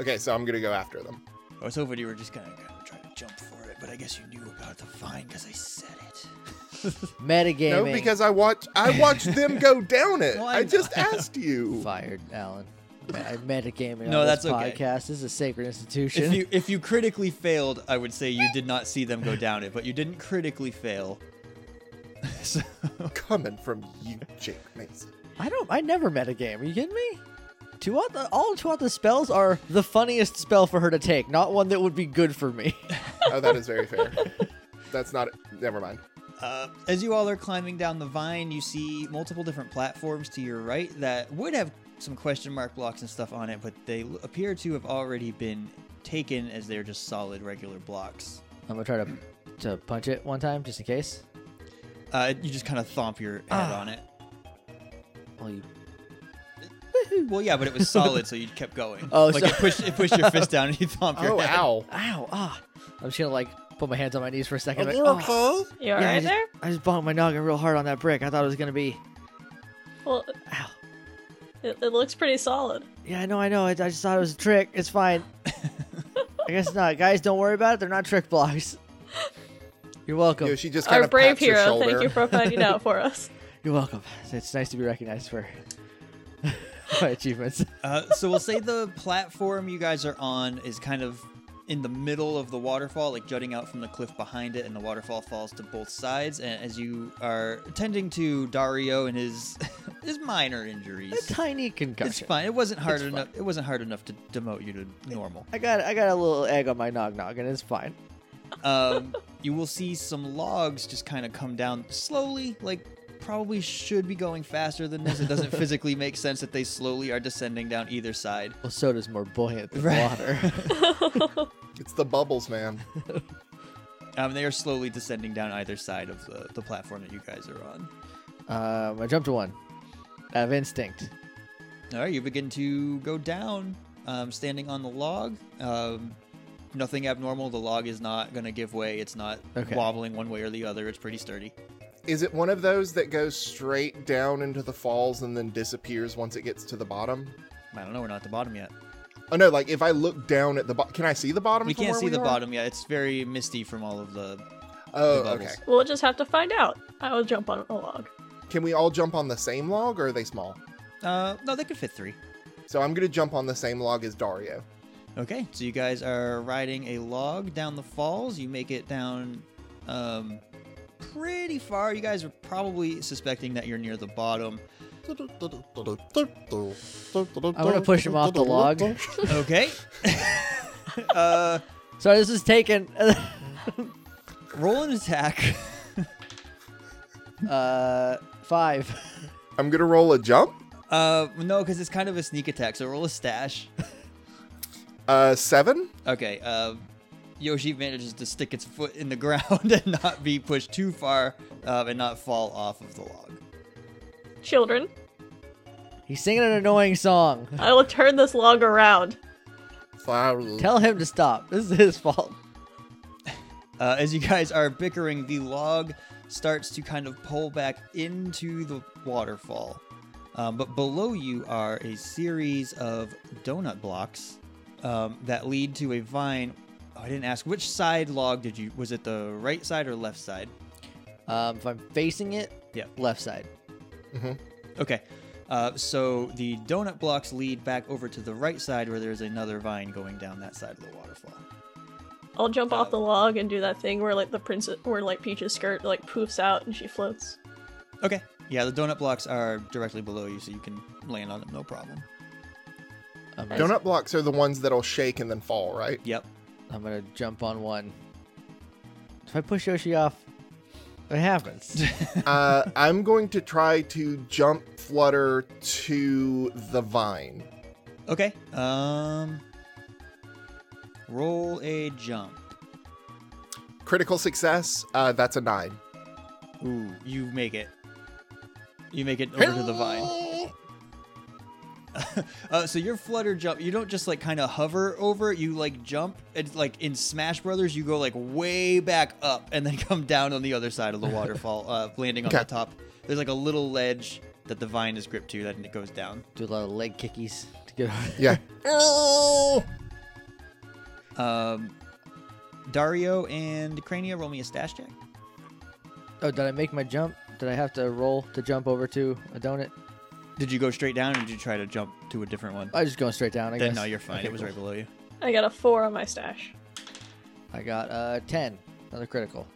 [SPEAKER 6] Okay, so I'm gonna go after them.
[SPEAKER 3] I was hoping you were just kind of gonna try to jump for it, but I guess you knew about the vine because I said it.
[SPEAKER 2] Metagaming.
[SPEAKER 6] No, because I watch I watched them go down it.
[SPEAKER 3] Well, I
[SPEAKER 6] I just
[SPEAKER 3] know.
[SPEAKER 6] asked you.
[SPEAKER 2] fired, Alan. Me- Metagaming.
[SPEAKER 3] No,
[SPEAKER 2] on
[SPEAKER 3] that's
[SPEAKER 2] this
[SPEAKER 3] okay.
[SPEAKER 2] podcast. This is a sacred institution.
[SPEAKER 3] if you if you critically failed, I would say you did not see them go down it, but you didn't critically fail. so,
[SPEAKER 6] Coming from you, Jake Mason.
[SPEAKER 2] I don't. I never metagame. Are you kidding me? Tuatha, all Tuatha spells are the funniest spell for her to take, not one that would be good for me.
[SPEAKER 6] Oh, that is very fair. That's not. Never mind.
[SPEAKER 3] uh, as you all are climbing down the vine, you see multiple different platforms to your right that would have some question mark blocks and stuff on it, but they l- appear to have already been taken as they're just solid regular blocks.
[SPEAKER 2] I'm gonna try to to punch it one time just in case.
[SPEAKER 3] Uh, you just kind of thomp your head
[SPEAKER 2] Ah.
[SPEAKER 3] on it.
[SPEAKER 2] Well, you
[SPEAKER 3] Well, yeah, but it was solid, so you kept going.
[SPEAKER 2] Oh,
[SPEAKER 3] like
[SPEAKER 2] so-
[SPEAKER 3] it pushed it pushed your fist down and you thomp your
[SPEAKER 6] Oh,
[SPEAKER 3] head.
[SPEAKER 6] ow!
[SPEAKER 2] Ow, ah. I'm just gonna like put my hands on my knees for a second.
[SPEAKER 1] Are
[SPEAKER 2] like,
[SPEAKER 1] you
[SPEAKER 2] oh.
[SPEAKER 1] okay?
[SPEAKER 4] You
[SPEAKER 2] Yeah, I
[SPEAKER 4] alright
[SPEAKER 2] just-
[SPEAKER 4] there?
[SPEAKER 2] I just bonked my noggin real hard on that brick. I thought it was gonna be.
[SPEAKER 4] Well,
[SPEAKER 2] Ow.
[SPEAKER 4] it, it looks pretty solid.
[SPEAKER 2] Yeah, I know, I know. I, I just thought it was a trick. It's fine. I guess not. Guys, don't worry about it. They're not trick blocks. You're welcome.
[SPEAKER 6] You know, she just kind
[SPEAKER 4] Our
[SPEAKER 6] of
[SPEAKER 4] brave
[SPEAKER 6] pats your
[SPEAKER 4] hero,
[SPEAKER 6] shoulder.
[SPEAKER 4] thank you for finding out for us.
[SPEAKER 2] You're welcome. It's nice to be recognized for my achievements.
[SPEAKER 3] Uh, so we'll say the platform you guys are on is kind of in the middle of the waterfall, like jutting out from the cliff behind it, and the waterfall falls to both sides. And as you are tending to Dario and his his minor
[SPEAKER 2] A
[SPEAKER 3] injuries,
[SPEAKER 2] tiny concussion.
[SPEAKER 3] it's fine. It wasn't hard
[SPEAKER 2] It's
[SPEAKER 3] enough. It wasn't hard enough to demote you to normal.
[SPEAKER 2] I got I got a little egg on my nog noggin. It's fine.
[SPEAKER 3] um, you will see some logs just kind of come down slowly, like probably should be going faster than this. It doesn't physically make sense that they slowly are descending down either side.
[SPEAKER 2] Well, soda's more buoyant than
[SPEAKER 3] Right.
[SPEAKER 2] water.
[SPEAKER 6] It's the bubbles, man.
[SPEAKER 3] Um, they are slowly descending down either side of the, the platform that you guys are on.
[SPEAKER 2] um, I jumped to one out of instinct.
[SPEAKER 3] All right, you begin to go down, um, standing on the log. Um, nothing abnormal. The log is not going to give way. It's not
[SPEAKER 2] Okay.
[SPEAKER 3] wobbling one way or the other. It's pretty sturdy.
[SPEAKER 6] Is it one of those that goes straight down into the falls and then disappears once it gets to the bottom?
[SPEAKER 3] I don't know. We're not at the bottom yet.
[SPEAKER 6] Oh no! Like if I look down at the bottom, can I see the bottom?
[SPEAKER 3] we
[SPEAKER 6] from
[SPEAKER 3] can't
[SPEAKER 6] where
[SPEAKER 3] see the
[SPEAKER 6] are?
[SPEAKER 3] bottom yet. It's very misty from all of the.
[SPEAKER 6] Oh,
[SPEAKER 3] the bubbles.
[SPEAKER 6] okay.
[SPEAKER 4] We'll just have to find out. I will jump on a log.
[SPEAKER 6] Can we all jump on the same log, or are they small?
[SPEAKER 3] Uh, no, they could fit three.
[SPEAKER 6] So I'm gonna jump on the same log as Dario.
[SPEAKER 3] Okay, so you guys are riding a log down the falls. You make it down um, pretty far. You guys are probably suspecting that you're near the bottom.
[SPEAKER 1] I'm
[SPEAKER 2] gonna push him off the log.
[SPEAKER 3] Okay. uh,
[SPEAKER 2] So this is taken.
[SPEAKER 3] roll an attack.
[SPEAKER 2] uh, five.
[SPEAKER 6] I'm gonna roll a jump.
[SPEAKER 3] Uh, no, because it's kind of a sneak attack. So roll a stash.
[SPEAKER 6] Uh, seven.
[SPEAKER 3] Okay. Uh, Yoshi manages to stick its foot in the ground and not be pushed too far uh, and not fall off of the log.
[SPEAKER 4] Children,
[SPEAKER 2] He's singing an annoying song.
[SPEAKER 4] I will turn this log around.
[SPEAKER 6] Sorry.
[SPEAKER 2] Tell him to stop. This is his fault.
[SPEAKER 3] Uh, as you guys are bickering, the log starts to kind of pull back into the waterfall. Um, but below you are a series of donut blocks um, that lead to a vine. Oh, I didn't ask which side log did you? Was it the right side or left side?
[SPEAKER 2] Um, if I'm facing it,
[SPEAKER 3] Yeah.
[SPEAKER 2] left side.
[SPEAKER 6] Mhm.
[SPEAKER 3] Okay. Uh, so the donut blocks lead back over to the right side where there's another vine going down that side of the waterfall.
[SPEAKER 4] I'll jump
[SPEAKER 3] Uh,
[SPEAKER 4] off the log and do that thing where like the princess, where like Peach's skirt like poofs out and she floats.
[SPEAKER 3] Okay. Yeah, the donut blocks are directly below you, so you can land on them no problem.
[SPEAKER 2] I'm gonna,
[SPEAKER 6] Donut blocks are the ones that'll shake and then fall, right?
[SPEAKER 3] Yep.
[SPEAKER 2] I'm gonna jump on one. If I push Yoshi off, it happens.
[SPEAKER 6] uh, I'm going to try to jump flutter to the vine.
[SPEAKER 3] Okay. Um. Roll a jump.
[SPEAKER 6] Critical success. Uh, that's a nine.
[SPEAKER 3] Ooh, you make it. You make it over to the vine. Uh, so your flutter jump, you don't just like kind of hover over. it, You like jump. It's like in Smash Brothers, you go like way back up and then come down on the other side of the waterfall, uh, landing on
[SPEAKER 6] Okay.
[SPEAKER 3] the top. There's like a little ledge that the vine is gripped to, that it goes down.
[SPEAKER 2] Do a lot of leg kickies to get over.
[SPEAKER 6] Yeah.
[SPEAKER 3] Um, Dario and Crania, roll me a stash check.
[SPEAKER 2] Oh, did I make my jump? Did I have to roll to jump over to a donut?
[SPEAKER 3] Did you go straight down, or did you try to jump to a different one?
[SPEAKER 2] I was just going straight down. I
[SPEAKER 3] then
[SPEAKER 2] guess.
[SPEAKER 3] no, you're fine.
[SPEAKER 2] Okay,
[SPEAKER 3] it was
[SPEAKER 2] cool.
[SPEAKER 3] right below you.
[SPEAKER 4] I got a four on my stash.
[SPEAKER 2] I got uh ten, another critical.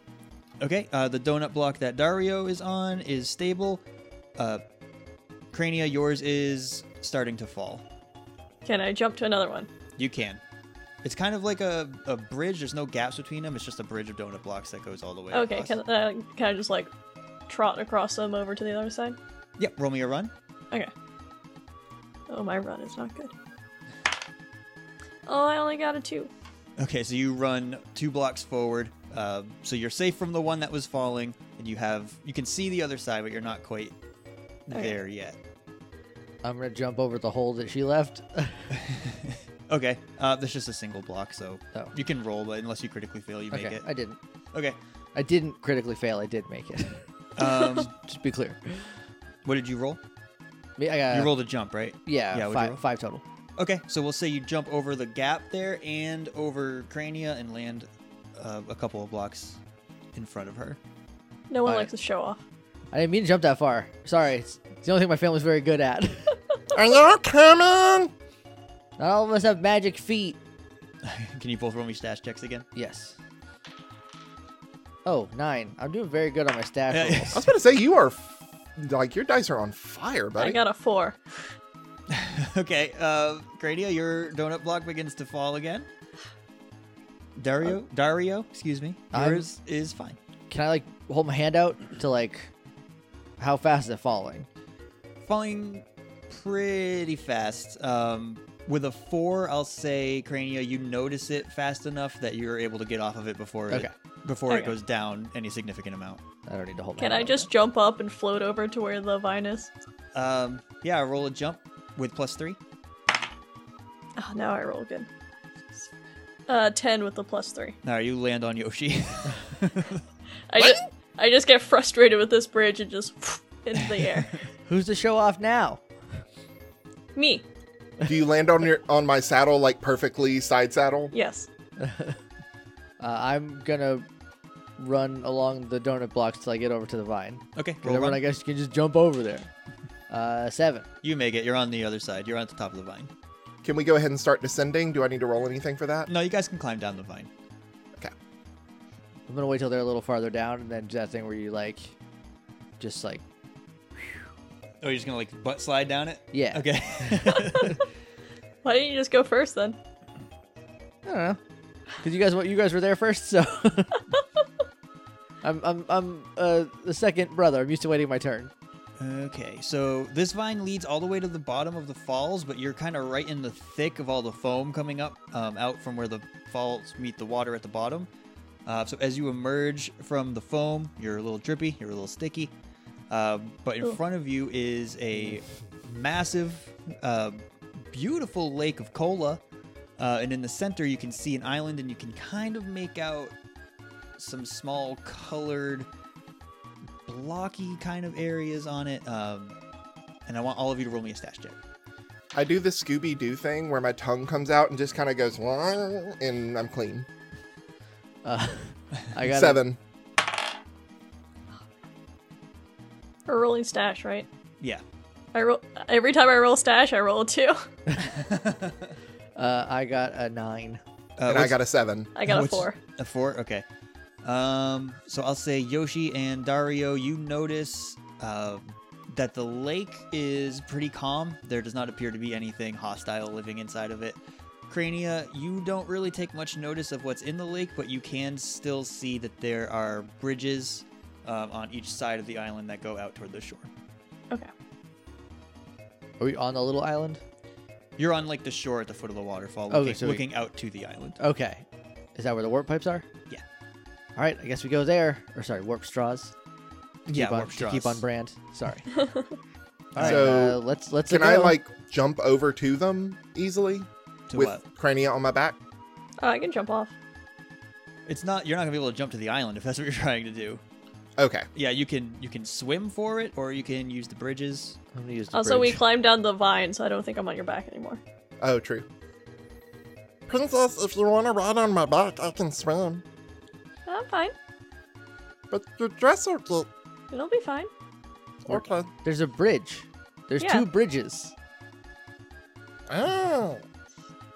[SPEAKER 3] Okay, uh, the donut block that Dario is on is stable. Uh, Crania, yours is starting to fall.
[SPEAKER 4] Can I jump to another one?
[SPEAKER 3] You can. It's kind of like a, a bridge. There's no gaps between them. It's just a bridge of donut blocks that goes all the way.
[SPEAKER 4] Okay,
[SPEAKER 3] across.
[SPEAKER 4] can, uh, can I just like trot across them over to the other side?
[SPEAKER 3] Yep. Roll me a run.
[SPEAKER 4] Okay. Oh, my run is not good. Oh, I only got a two.
[SPEAKER 3] Okay, so you run two blocks forward. Uh, so you're safe from the one that was falling, and you have you can see the other side, but you're not quite
[SPEAKER 4] Okay.
[SPEAKER 3] there yet.
[SPEAKER 2] I'm gonna jump over the hole that she left.
[SPEAKER 3] Okay, uh, that's just a single block, so
[SPEAKER 2] Oh.
[SPEAKER 3] you can roll, but unless you critically fail, you make
[SPEAKER 2] okay,
[SPEAKER 3] it.
[SPEAKER 2] I didn't.
[SPEAKER 3] Okay.
[SPEAKER 2] I didn't critically fail. I did make it.
[SPEAKER 3] Um,
[SPEAKER 2] just be clear.
[SPEAKER 3] what did you roll?
[SPEAKER 2] Me- I got
[SPEAKER 3] you rolled a jump, right?
[SPEAKER 2] Uh, yeah,
[SPEAKER 3] yeah, what'd you roll?
[SPEAKER 2] five, five total.
[SPEAKER 3] Okay, so we'll say you jump over the gap there and over Crania and land uh, a couple of blocks in front of her.
[SPEAKER 4] No one
[SPEAKER 2] Alright.
[SPEAKER 4] likes to show off.
[SPEAKER 2] I didn't mean to jump that far. Sorry, it's, it's the only thing my family's very good at.
[SPEAKER 1] Are you coming?
[SPEAKER 2] Not all of us have magic feet.
[SPEAKER 3] Can you both roll me stash checks again?
[SPEAKER 2] Yes. Oh, nine. I'm doing very good on my staff
[SPEAKER 3] Yeah, yeah.
[SPEAKER 6] I
[SPEAKER 2] rolls.
[SPEAKER 6] was gonna say you are, f- like your dice are on fire,
[SPEAKER 4] I
[SPEAKER 6] buddy.
[SPEAKER 4] got a four.
[SPEAKER 3] okay, uh, Crania, your donut block begins to fall again. Dario, Dario, excuse me,
[SPEAKER 2] I'm-
[SPEAKER 3] yours is fine.
[SPEAKER 2] Can I like hold my hand out to like how fast is it falling?
[SPEAKER 3] Falling pretty fast. Um, with a four, I'll say Crania, you notice it fast enough that you're able to get off of it before
[SPEAKER 2] Okay.
[SPEAKER 3] it, before it
[SPEAKER 4] Okay.
[SPEAKER 3] goes down any significant amount.
[SPEAKER 2] I don't need to hold. my
[SPEAKER 4] Can
[SPEAKER 2] hand
[SPEAKER 4] I
[SPEAKER 2] out.
[SPEAKER 4] just jump up and float over to where the vine is?
[SPEAKER 3] Um, yeah, roll a jump with plus three.
[SPEAKER 4] Oh, now I roll good. Uh, ten with the plus three.
[SPEAKER 3] Now you land on Yoshi.
[SPEAKER 4] I just, I just get frustrated with this bridge and just into the air.
[SPEAKER 2] Who's the show off now?
[SPEAKER 4] Me,
[SPEAKER 6] Do you land on your on my saddle like perfectly side saddle?
[SPEAKER 4] yes.
[SPEAKER 2] Uh, I'm gonna run along the donut blocks till I get over to the vine.
[SPEAKER 3] okay,
[SPEAKER 2] Because
[SPEAKER 3] roll
[SPEAKER 2] everyone,
[SPEAKER 3] run.
[SPEAKER 2] I guess, can just jump over there. Uh, seven.
[SPEAKER 3] you make it. You're on the other side. You're on the top of the vine.
[SPEAKER 6] Can we go ahead and start descending? Do I need to roll anything for that?
[SPEAKER 3] No, you guys can climb down the vine.
[SPEAKER 2] I'm gonna wait till they're a little farther down, and then do that thing where you like, just like,
[SPEAKER 3] Oh, you're just gonna like butt slide down it.
[SPEAKER 2] yeah.
[SPEAKER 3] Okay.
[SPEAKER 4] Why didn't you just go first then?
[SPEAKER 2] I don't know. Because you guys, you guys were there first, so I'm, I'm, I'm uh, the second brother. I'm used to waiting my turn.
[SPEAKER 3] okay. So this vine leads all the way to the bottom of the falls, but you're kind of right in the thick of all the foam coming up um, out from where the falls meet the water at the bottom. Uh, so as you emerge from the foam, you're a little drippy. You're a little sticky. Uh, but in
[SPEAKER 4] Cool.
[SPEAKER 3] front of you is a massive, uh, beautiful lake of cola. Uh, and in the center, you can see an island, and you can kind of make out some small colored, blocky kind of areas on it. Um, and I want all of you to roll me a stash check.
[SPEAKER 6] I do the Scooby Doo thing where my tongue comes out and just kind of goes, "Wah," and I'm clean.
[SPEAKER 2] Uh, I got a-
[SPEAKER 6] Seven.
[SPEAKER 4] A rolling stash, right?
[SPEAKER 3] Yeah.
[SPEAKER 4] I roll every time I roll stash, I roll a two.
[SPEAKER 3] uh,
[SPEAKER 2] Uh, I got a nine.
[SPEAKER 6] and I
[SPEAKER 3] what's-
[SPEAKER 6] got a seven.
[SPEAKER 4] I got a
[SPEAKER 3] What's-
[SPEAKER 4] four.
[SPEAKER 3] A four? Okay. Um, so I'll say Yoshi and Dario, you notice uh, that the lake is pretty calm. There does not appear to be anything hostile living inside of it. Crania, you don't really take much notice of what's in the lake, but you can still see that there are bridges um, on each side of the island that go out toward the shore.
[SPEAKER 2] Are we on the little island?
[SPEAKER 3] You're on like the shore at the foot of the waterfall,
[SPEAKER 2] Okay,
[SPEAKER 3] looking,
[SPEAKER 2] so we-
[SPEAKER 3] looking out to the island.
[SPEAKER 2] Okay. Is that where the warp pipes are?
[SPEAKER 3] Yeah.
[SPEAKER 2] All right. I guess we go there. Or sorry, warp straws. To
[SPEAKER 3] Yeah,
[SPEAKER 2] keep on,
[SPEAKER 3] warp
[SPEAKER 2] to keep
[SPEAKER 3] straws.
[SPEAKER 2] on brand. Sorry. All right.
[SPEAKER 6] So,
[SPEAKER 2] uh, let's let's.
[SPEAKER 6] Can I
[SPEAKER 2] go.
[SPEAKER 6] like jump over to them easily
[SPEAKER 3] To
[SPEAKER 6] with
[SPEAKER 3] what?
[SPEAKER 6] Crania on my back?
[SPEAKER 4] Oh, I can jump off.
[SPEAKER 3] It's not. You're not gonna be able to jump to the island if that's what you're trying to do.
[SPEAKER 6] Okay.
[SPEAKER 3] Yeah, you can you can swim for it, or you can use the bridges.
[SPEAKER 2] I'm gonna use the
[SPEAKER 4] Also, we
[SPEAKER 2] bridge.
[SPEAKER 4] climbed down the vine, so I don't think I'm on your back anymore.
[SPEAKER 6] Oh, true.
[SPEAKER 1] Princess, if you want to ride on my back, I can swim.
[SPEAKER 4] Uh, I'm fine.
[SPEAKER 1] But your dress will get.
[SPEAKER 4] It'll be fine.
[SPEAKER 1] Okay.
[SPEAKER 2] There's a bridge. There's
[SPEAKER 4] Yeah.
[SPEAKER 2] two bridges.
[SPEAKER 1] Ah.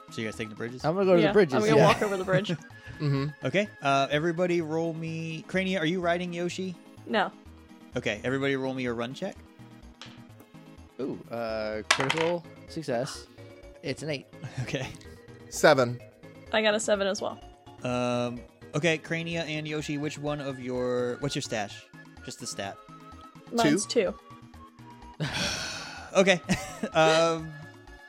[SPEAKER 3] So you guys take the bridges.
[SPEAKER 2] I'm gonna go to
[SPEAKER 4] yeah,
[SPEAKER 2] the bridges.
[SPEAKER 4] I'm gonna
[SPEAKER 2] yeah.
[SPEAKER 4] walk over the bridge.
[SPEAKER 6] Mm-hmm.
[SPEAKER 3] Okay. Uh, everybody, roll me. Crania, are you riding Yoshi?
[SPEAKER 4] No.
[SPEAKER 3] Okay. Everybody, roll me a run check.
[SPEAKER 2] Ooh, uh, critical success. It's an eight.
[SPEAKER 3] Okay.
[SPEAKER 6] Seven.
[SPEAKER 4] I got a seven as well.
[SPEAKER 3] Um. Okay, Crania and Yoshi, which one of your what's your stash? Just the stat.
[SPEAKER 4] Mine's two.
[SPEAKER 3] Okay. um.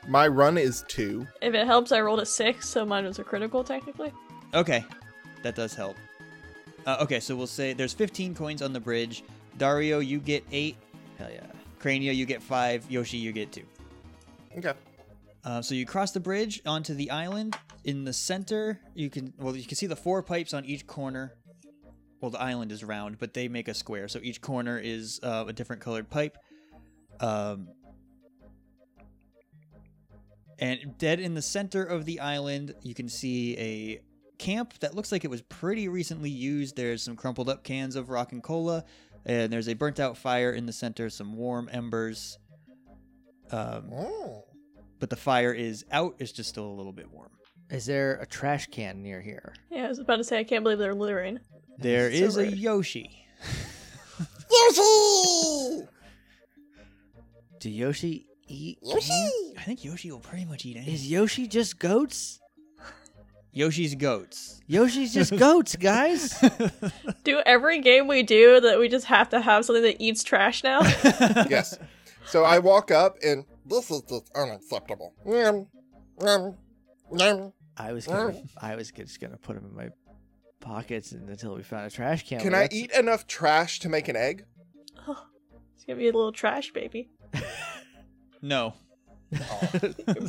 [SPEAKER 6] My run is two.
[SPEAKER 4] If it helps, I rolled a six, so mine was a critical technically.
[SPEAKER 3] Okay, that does help. Uh, okay, so we'll say there's 15 coins on the bridge. Dario, you get eight.
[SPEAKER 2] Hell yeah.
[SPEAKER 3] Crania, you get five. Yoshi, you get two.
[SPEAKER 6] Okay.
[SPEAKER 3] Uh, so you cross the bridge onto the island. In the center, you can well you can see the four pipes on each corner. Well, the island is round, but they make a square, so each corner is uh, a different colored pipe. Um, and dead in the center of the island, you can see a camp that looks like it was pretty recently used. There's some crumpled up cans of rock and cola, and there's a burnt out fire in the center, some warm embers. Um,
[SPEAKER 1] Mm.
[SPEAKER 3] but the fire is out. It's just still a little bit warm.
[SPEAKER 2] Is there a trash can near here?
[SPEAKER 4] Yeah, I was about to say I can't believe they're littering.
[SPEAKER 3] There
[SPEAKER 4] So
[SPEAKER 3] is a
[SPEAKER 4] rude.
[SPEAKER 3] Yoshi.
[SPEAKER 1] Yoshi!
[SPEAKER 2] Do Yoshi eat?
[SPEAKER 1] Yoshi!
[SPEAKER 2] cans?
[SPEAKER 3] Mm, I think Yoshi will pretty much eat anything.
[SPEAKER 2] Is Yoshi just goats?
[SPEAKER 3] Yoshi's goats.
[SPEAKER 2] Yoshi's just goats, guys.
[SPEAKER 4] Do every game we do that we just have to have something that eats trash now? Oh.
[SPEAKER 6] Yes. So I walk up and
[SPEAKER 1] This is just unacceptable. Yum. Yum. Yum.
[SPEAKER 2] I was gonna, I was just gonna put them in my pockets and- until we found a trash can.
[SPEAKER 6] can
[SPEAKER 2] but
[SPEAKER 6] I
[SPEAKER 2] that's-
[SPEAKER 6] eat enough trash to make an egg?
[SPEAKER 4] it's gonna be a little trash baby.
[SPEAKER 3] No.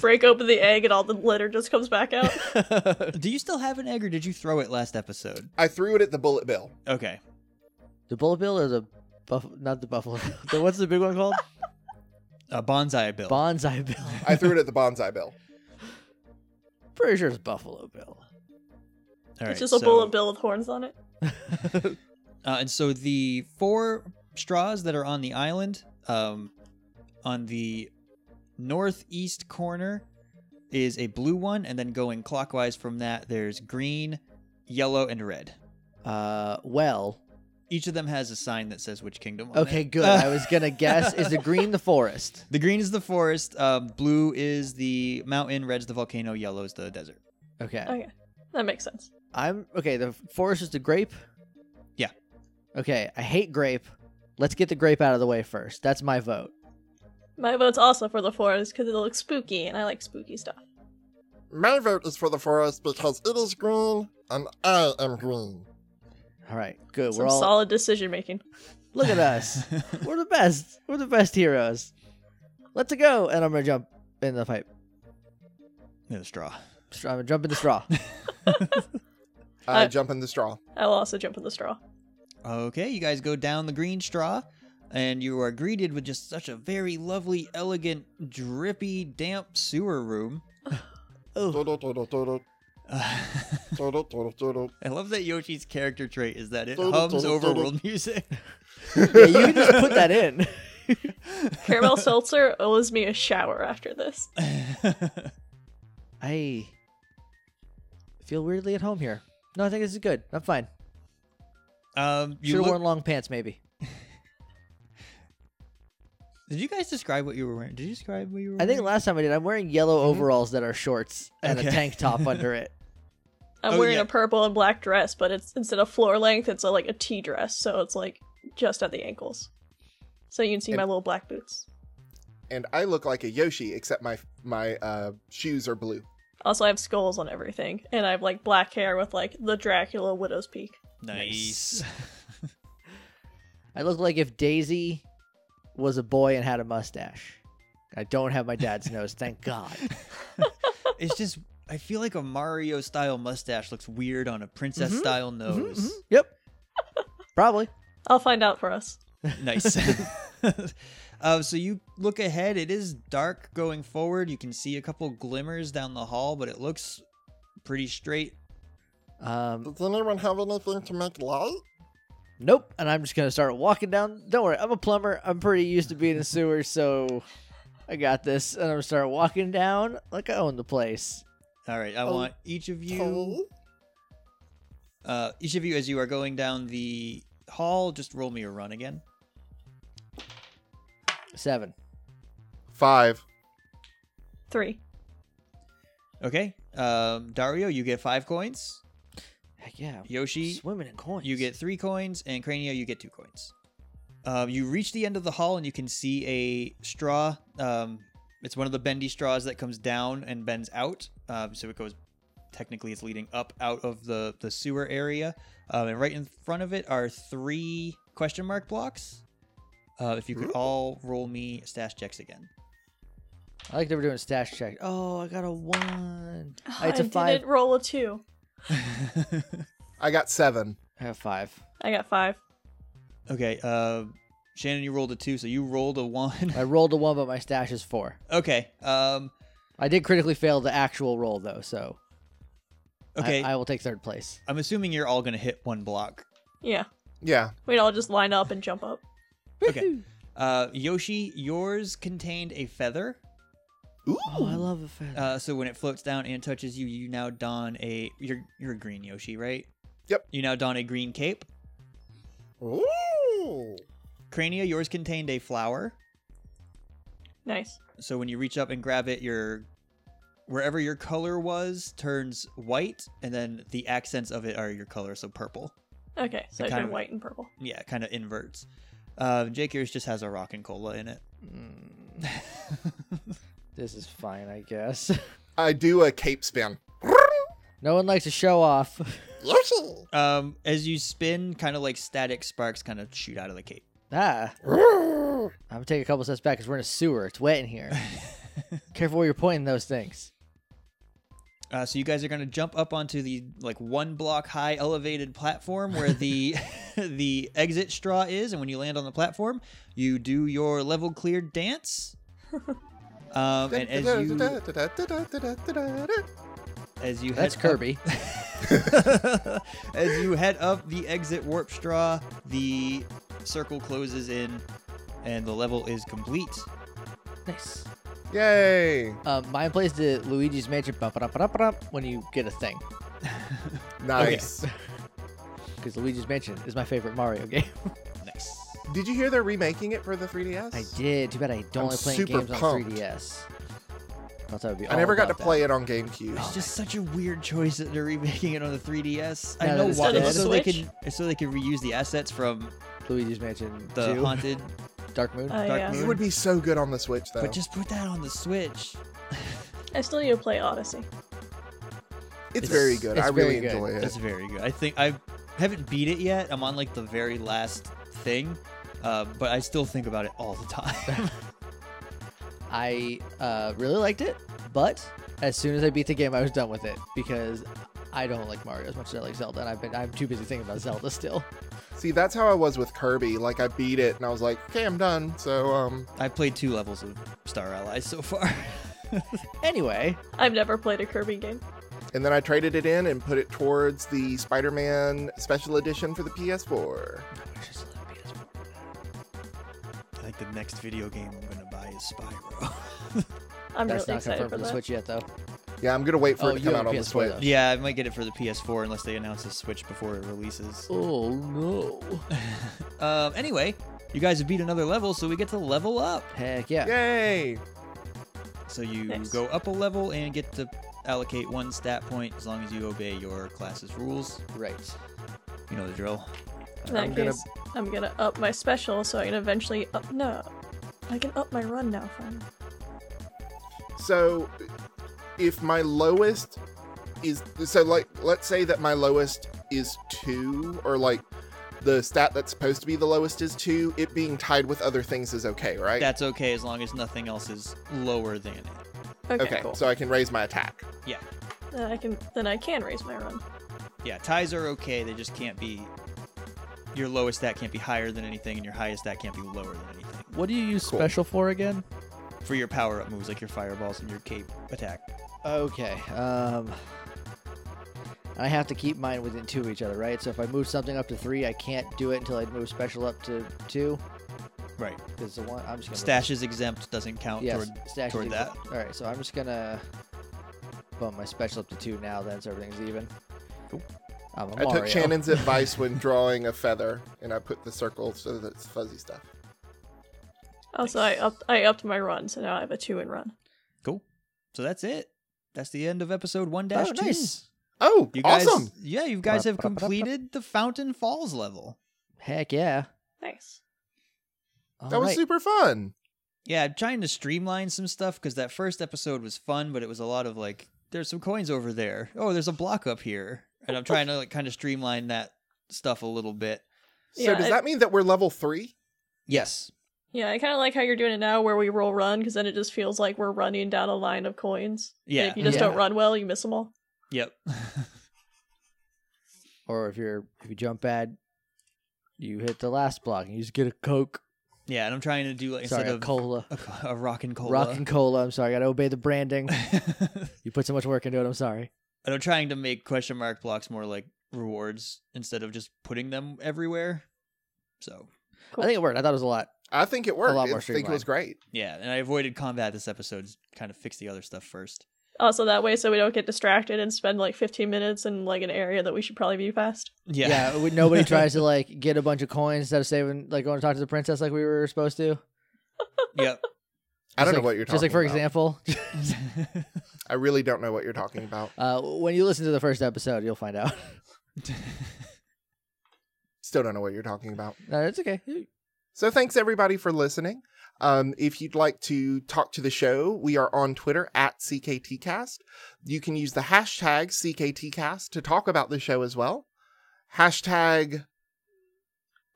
[SPEAKER 4] Break open the egg and all the litter just comes back out.
[SPEAKER 3] Do you still have an egg or did you throw it last episode?
[SPEAKER 6] I threw it at the bullet bill.
[SPEAKER 3] Okay.
[SPEAKER 2] The bullet bill or the buff? Not the buffalo. the, what's the big one called?
[SPEAKER 3] A bonsai bill.
[SPEAKER 2] Bonsai bill.
[SPEAKER 6] I threw it at the bonsai bill.
[SPEAKER 2] Pretty sure it's buffalo bill.
[SPEAKER 3] All
[SPEAKER 4] it's
[SPEAKER 3] right,
[SPEAKER 4] just a
[SPEAKER 3] so-
[SPEAKER 4] bullet bill with horns on it.
[SPEAKER 3] Uh, and so the four straws that are on the island, um, on the northeast corner is a blue one, and then going clockwise from that, there's green, yellow, and red.
[SPEAKER 2] Uh, well,
[SPEAKER 3] Each of them has a sign that says which kingdom. on
[SPEAKER 2] okay,
[SPEAKER 3] it.
[SPEAKER 2] good. I was gonna guess. Is the green the forest?
[SPEAKER 3] the green is the forest, um, blue is the mountain, red's the volcano, yellow is the desert.
[SPEAKER 2] Okay.
[SPEAKER 4] Okay, that makes sense.
[SPEAKER 2] I'm okay. The forest is the grape.
[SPEAKER 3] Yeah.
[SPEAKER 2] Okay. I hate grape. Let's get the grape out of the way first. That's my vote.
[SPEAKER 4] My vote's also for the forest because it looks spooky, and I like spooky stuff.
[SPEAKER 1] My vote is for the forest because it is green and I am green.
[SPEAKER 2] All right. Good.
[SPEAKER 4] Some
[SPEAKER 2] We're all
[SPEAKER 4] solid decision making.
[SPEAKER 2] look at us. We're the best. We're the best heroes. Let's go. And I'm gonna jump in the pipe.
[SPEAKER 3] No straw.
[SPEAKER 2] Str- I'm gonna jump in the straw.
[SPEAKER 6] I
[SPEAKER 4] Uh,
[SPEAKER 6] jump in the straw.
[SPEAKER 4] I will also jump in the straw.
[SPEAKER 3] Okay, you guys go down the green straw, and you are greeted with just such a very lovely, elegant, drippy, damp sewer room.
[SPEAKER 2] oh.
[SPEAKER 3] Uh, I love that Yoshi's character trait is that it hums over world music.
[SPEAKER 2] Yeah, you can just put that in.
[SPEAKER 4] Caramel seltzer owes me a shower after this.
[SPEAKER 2] I feel weirdly at home here. No, I think this is good. I'm fine.
[SPEAKER 3] um,
[SPEAKER 2] Should
[SPEAKER 3] you
[SPEAKER 2] have
[SPEAKER 3] look-
[SPEAKER 2] worn long pants, maybe.
[SPEAKER 3] Did you guys describe what you were wearing? Did you describe what you were
[SPEAKER 2] I
[SPEAKER 3] wearing?
[SPEAKER 2] think last time I did, I'm wearing yellow overalls that are shorts and
[SPEAKER 3] Mm-hmm. Okay.
[SPEAKER 2] a tank top under it.
[SPEAKER 4] I'm
[SPEAKER 3] Oh,
[SPEAKER 4] wearing
[SPEAKER 3] yeah.
[SPEAKER 4] a purple and black dress, but it's instead of floor length, it's a, like a T dress, so it's like just at the ankles. So you can see
[SPEAKER 6] And-
[SPEAKER 4] my little black boots.
[SPEAKER 6] and I look like a Yoshi, except my my uh, shoes are blue.
[SPEAKER 4] Also, I have skulls on everything, and I have like black hair with like the Dracula widow's peak.
[SPEAKER 3] nice.
[SPEAKER 2] I look like if Daisy was a boy and had a mustache. I don't have my dad's nose, thank God.
[SPEAKER 3] it's just I feel like a Mario style mustache looks weird on a princess
[SPEAKER 2] Mhm,
[SPEAKER 3] style
[SPEAKER 2] Mhm,
[SPEAKER 3] nose.
[SPEAKER 2] mhm. Yep. Probably.
[SPEAKER 4] I'll find out for us.
[SPEAKER 3] Nice. uh, so you look ahead. It is dark going forward. You can see a couple glimmers down the hall, but it looks pretty straight.
[SPEAKER 2] Um,
[SPEAKER 1] Does anyone have anything to make light?
[SPEAKER 2] nope. And I'm just gonna start walking down. Don't worry, I'm a plumber. I'm pretty used to being in sewers, so I got this. And I'm gonna start walking down like I own the place.
[SPEAKER 3] All right, I
[SPEAKER 1] Oh,
[SPEAKER 3] want each of
[SPEAKER 1] Tony?
[SPEAKER 3] you, uh, each of you, as you are going down the hall, just roll me a run again.
[SPEAKER 2] Seven.
[SPEAKER 6] Five.
[SPEAKER 4] Three.
[SPEAKER 3] Okay, um, Dario, you get five coins.
[SPEAKER 2] Heck yeah. I'm
[SPEAKER 3] Yoshi,
[SPEAKER 2] swimming in coins.
[SPEAKER 3] You get three coins, and Crania, you get two coins. Um, you reach the end of the hall, and you can see a straw. Um, it's one of the bendy straws that comes down and bends out. Um, so it goes, technically, it's leading up out of the, the sewer area. Um, and right in front of it are three question mark blocks. Uh, if you could all roll me stash checks again.
[SPEAKER 2] I like that we're doing stash check. Oh, I got a one.
[SPEAKER 4] Oh, I
[SPEAKER 2] it's a five.
[SPEAKER 4] didn't roll a two.
[SPEAKER 6] I got seven.
[SPEAKER 2] I have five.
[SPEAKER 4] I got five.
[SPEAKER 3] okay. Uh, Shannon, you rolled a two, so you rolled a one.
[SPEAKER 2] I rolled a one, but my stash is four.
[SPEAKER 3] okay. Um,
[SPEAKER 2] I did critically fail the actual roll though, so I-
[SPEAKER 3] okay.
[SPEAKER 2] I, will take third place.
[SPEAKER 3] I'm assuming you're all going to hit one block.
[SPEAKER 4] Yeah.
[SPEAKER 6] Yeah.
[SPEAKER 4] We'd all just line up and jump up.
[SPEAKER 3] Okay. Uh, Yoshi, yours contained a feather.
[SPEAKER 6] Ooh.
[SPEAKER 2] Oh, I love a feather.
[SPEAKER 3] Uh, so when it floats down and touches you, you now don a you're you're a green Yoshi, right?
[SPEAKER 6] Yep.
[SPEAKER 3] You now don a green cape.
[SPEAKER 1] Ooh.
[SPEAKER 3] Crania, yours contained a flower.
[SPEAKER 4] Nice.
[SPEAKER 3] So when you reach up and grab it, your wherever your color was turns white, and then the accents of it are your color, so purple.
[SPEAKER 4] Okay, so
[SPEAKER 3] kind
[SPEAKER 4] they're
[SPEAKER 3] of-
[SPEAKER 4] white and purple.
[SPEAKER 3] Yeah, it kind of inverts. Uh, Jake, yours just has a rock and cola in it.
[SPEAKER 2] Mm, this is fine, I guess.
[SPEAKER 6] I do a cape spin.
[SPEAKER 2] No one likes to show off.
[SPEAKER 1] Yoshi!
[SPEAKER 3] um, as you spin, kind of like static sparks, kind of shoot out of the cape.
[SPEAKER 2] ah,
[SPEAKER 1] Ooh.
[SPEAKER 2] I'm gonna take a couple steps back because we're in a sewer. It's wet in here. Careful where you're pointing those things.
[SPEAKER 3] Uh, so you guys are going to jump up onto the like one block high elevated platform where the the exit straw is, and when you land on the platform, you do your level clear dance. Um, and as you as you head
[SPEAKER 2] That's
[SPEAKER 3] up-
[SPEAKER 2] Kirby.
[SPEAKER 3] as you head up the exit warp straw, the circle closes in, and the level is complete.
[SPEAKER 2] nice.
[SPEAKER 6] Yay!
[SPEAKER 2] Um, mine plays the Luigi's Mansion ba-ba-da-ba-da-ba-da when you get a thing
[SPEAKER 6] Nice.
[SPEAKER 2] because Luigi's Mansion is my favorite Mario game.
[SPEAKER 3] Nice.
[SPEAKER 6] Did you hear they're remaking it for the 3DS?
[SPEAKER 2] I did. Too bad I don't
[SPEAKER 6] I'm
[SPEAKER 2] like playing
[SPEAKER 6] super
[SPEAKER 2] games
[SPEAKER 6] pumped.
[SPEAKER 2] on 3DS. I thought that would be
[SPEAKER 6] I
[SPEAKER 2] all
[SPEAKER 6] never got to
[SPEAKER 2] about
[SPEAKER 6] play it on GameCube.
[SPEAKER 3] It's just such a weird choice that they're remaking it on the 3DS.
[SPEAKER 2] Now
[SPEAKER 3] I
[SPEAKER 2] that
[SPEAKER 3] know
[SPEAKER 2] it's
[SPEAKER 3] why.
[SPEAKER 4] dead.
[SPEAKER 3] It's so they
[SPEAKER 4] Switch?
[SPEAKER 3] can it's so they can reuse the assets from
[SPEAKER 2] that. Luigi's Mansion
[SPEAKER 3] the
[SPEAKER 2] 2,
[SPEAKER 3] haunted,
[SPEAKER 2] Dark Moon.
[SPEAKER 4] Oh,
[SPEAKER 3] Dark
[SPEAKER 4] yeah.
[SPEAKER 6] It would be so good on the Switch, though.
[SPEAKER 3] but just put that on the Switch.
[SPEAKER 4] I still need to play Odyssey.
[SPEAKER 6] it's,
[SPEAKER 3] it's-
[SPEAKER 6] very good.
[SPEAKER 2] it's
[SPEAKER 6] I really
[SPEAKER 2] very good.
[SPEAKER 6] enjoy
[SPEAKER 3] That's
[SPEAKER 6] it.
[SPEAKER 3] very good. I think I haven't beat it yet. I'm on like the very last thing, uh, but I still think about it all the time.
[SPEAKER 2] I uh, really liked it, but as soon as I beat the game, I was done with it because I don't like Mario as much as I like Zelda, and I've been I'm too busy thinking about Zelda still.
[SPEAKER 6] See, that's how I was with Kirby. Like, I beat it, and I was like, "Okay, I'm done." So, um,
[SPEAKER 3] I played two levels of Star Allies so far.
[SPEAKER 2] Anyway,
[SPEAKER 4] I've never played a Kirby game.
[SPEAKER 6] and then I traded it in and put it towards the Spider-Man Special Edition for the PS4.
[SPEAKER 2] I wish I still had PS4.
[SPEAKER 3] like the next video game I'm gonna buy is Spyro.
[SPEAKER 4] I'm
[SPEAKER 2] That's
[SPEAKER 4] really
[SPEAKER 2] not confirmed
[SPEAKER 4] excited for
[SPEAKER 2] for the
[SPEAKER 4] that.
[SPEAKER 2] Switch yet, though.
[SPEAKER 1] Yeah, I'm gonna wait for
[SPEAKER 2] Oh,
[SPEAKER 1] it to
[SPEAKER 2] you
[SPEAKER 1] come
[SPEAKER 2] have
[SPEAKER 1] out on the
[SPEAKER 2] PS4
[SPEAKER 1] Switch.
[SPEAKER 2] though.
[SPEAKER 3] yeah, I might get it for the PS4 unless they announce a Switch before it releases.
[SPEAKER 2] Oh no!
[SPEAKER 3] Um, anyway, you guys have beat another level, so we get to level up.
[SPEAKER 2] Heck yeah!
[SPEAKER 1] Yay!
[SPEAKER 3] So you
[SPEAKER 4] Nice.
[SPEAKER 3] go up a level and get to allocate one stat point as long as you obey your class's rules.
[SPEAKER 2] Right.
[SPEAKER 3] You know the drill.
[SPEAKER 4] In that
[SPEAKER 1] I'm gonna-
[SPEAKER 4] case, I'm gonna up my special so I can eventually up. No, I can up my run now. Fine.
[SPEAKER 1] So, if my lowest is so like, let's say that my lowest is two, or like the stat that's supposed to be the lowest is two. It being tied with other things is okay, right?
[SPEAKER 3] That's okay as long as nothing else is lower than it.
[SPEAKER 4] Okay,
[SPEAKER 1] okay.
[SPEAKER 4] cool.
[SPEAKER 1] So I can raise my attack.
[SPEAKER 3] Yeah.
[SPEAKER 4] then I can then I can raise my run.
[SPEAKER 3] Yeah, ties are okay. They just can't be. Your lowest stat can't be higher than anything, and your highest stat can't be lower than anything.
[SPEAKER 2] What do you use
[SPEAKER 1] Cool.
[SPEAKER 2] special for again?
[SPEAKER 3] For your power up moves, like your fireballs and your cape attack.
[SPEAKER 2] Okay. Um, I have to keep mine within two of each other, right? So if I move something up to three, I can't do it until I move special up to two.
[SPEAKER 3] Right.
[SPEAKER 2] Because the one I'm just gonna
[SPEAKER 3] Stash is exempt, doesn't count
[SPEAKER 2] Yes,
[SPEAKER 3] toward.
[SPEAKER 2] stash is
[SPEAKER 3] toward
[SPEAKER 2] even. All right, so I'm just gonna bump my special up to two now. Then so everything's even.
[SPEAKER 3] Cool.
[SPEAKER 2] I'm a
[SPEAKER 1] I
[SPEAKER 2] Mario.
[SPEAKER 1] took Shannon's advice when drawing a feather, and I put the circle so that it's fuzzy stuff.
[SPEAKER 4] Also, I upped I upped my run, so now I have a two and run.
[SPEAKER 3] Cool. So that's it. That's the end of episode 1
[SPEAKER 2] Oh,
[SPEAKER 3] 2.
[SPEAKER 2] nice.
[SPEAKER 1] Oh,
[SPEAKER 3] You guys,
[SPEAKER 1] awesome!
[SPEAKER 3] Yeah, you guys have completed the Fountain Falls level.
[SPEAKER 2] Heck yeah!
[SPEAKER 4] Nice.
[SPEAKER 2] All
[SPEAKER 1] that was
[SPEAKER 2] right.
[SPEAKER 1] super fun.
[SPEAKER 3] Yeah, I'm trying to streamline some stuff because that first episode was fun, but it was a lot of like, there's some coins over there. Oh, there's a block up here, and I'm trying to like kind of streamline that stuff a little bit.
[SPEAKER 1] So
[SPEAKER 4] Yeah,
[SPEAKER 1] does
[SPEAKER 4] it-
[SPEAKER 1] that mean that we're level three?
[SPEAKER 3] Yes.
[SPEAKER 4] Yeah, I kind of like how you're doing it now, where we roll run, because then it just feels like we're running down a line of coins. And
[SPEAKER 3] Yeah.
[SPEAKER 4] if you just
[SPEAKER 2] Yeah.
[SPEAKER 4] don't run well, you miss them all.
[SPEAKER 3] Yep.
[SPEAKER 2] Or if you're if you jump bad, you hit the last block and you just get a Coke.
[SPEAKER 3] yeah, and I'm trying to do like
[SPEAKER 2] Sorry,
[SPEAKER 3] instead
[SPEAKER 2] a
[SPEAKER 3] of
[SPEAKER 2] cola.
[SPEAKER 3] a, a rock and cola.
[SPEAKER 2] Rock and cola. I'm sorry. I gotta obey the branding.
[SPEAKER 3] and
[SPEAKER 2] you put so much work into it. I'm sorry.
[SPEAKER 3] I'm trying to make question mark blocks more like rewards instead of just putting them everywhere. So
[SPEAKER 2] I think it worked. I thought it was a lot.
[SPEAKER 1] I think it worked.
[SPEAKER 2] lot more
[SPEAKER 1] I think it was
[SPEAKER 2] streamlined.
[SPEAKER 1] great.
[SPEAKER 3] yeah, and I avoided combat this episode. Kind of fix the other stuff first.
[SPEAKER 4] Also, that way, so we don't get distracted and spend like 15 minutes in like an area that we should probably be past.
[SPEAKER 3] Yeah.
[SPEAKER 2] Yeah. when nobody tries to like get a bunch of coins instead of saving, like going to talk to the princess like we were supposed to.
[SPEAKER 1] I
[SPEAKER 2] Just
[SPEAKER 3] yep.
[SPEAKER 1] don't
[SPEAKER 2] like-
[SPEAKER 1] know what you're talking
[SPEAKER 2] Just like for
[SPEAKER 1] about.
[SPEAKER 2] example,
[SPEAKER 1] I really don't know what you're talking about.
[SPEAKER 2] uh, when you listen to the first episode, you'll find out.
[SPEAKER 1] Still don't know what you're talking about.
[SPEAKER 2] no, it's okay.
[SPEAKER 1] So thanks everybody for listening. Um, if you'd like to talk to the show, we are on Twitter at CKTcast. You can use the hashtag CKTcast to talk about the show as well. Hashtag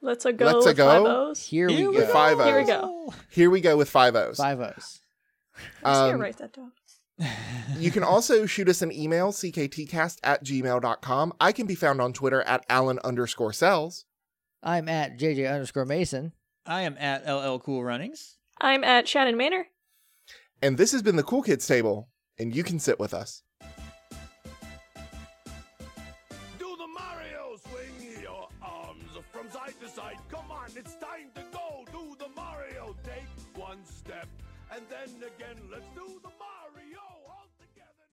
[SPEAKER 4] Let's a go.
[SPEAKER 1] Let's-a
[SPEAKER 4] with
[SPEAKER 1] go.
[SPEAKER 4] Five O's.
[SPEAKER 2] Here, we
[SPEAKER 1] go.
[SPEAKER 2] go.
[SPEAKER 1] Five
[SPEAKER 4] Here we
[SPEAKER 1] O's.
[SPEAKER 4] go.
[SPEAKER 1] here we go with five O's.
[SPEAKER 2] Five O's.
[SPEAKER 4] I'm just gonna
[SPEAKER 1] Um,
[SPEAKER 4] write that down.
[SPEAKER 1] You can also shoot us an email, cktcast at gmail.com. I can be found on Twitter at Alan underscore cells.
[SPEAKER 2] I'm at JJ underscore Mason.
[SPEAKER 3] I am at LL Cool Runnings.
[SPEAKER 4] I'm at Shannon Manor.
[SPEAKER 1] And this has been the Cool Kids Table, and you can sit with us.
[SPEAKER 5] Do the Mario swing your arms from side to side. Come on, it's time to go. Do the Mario. Take one step and then again. Let's do the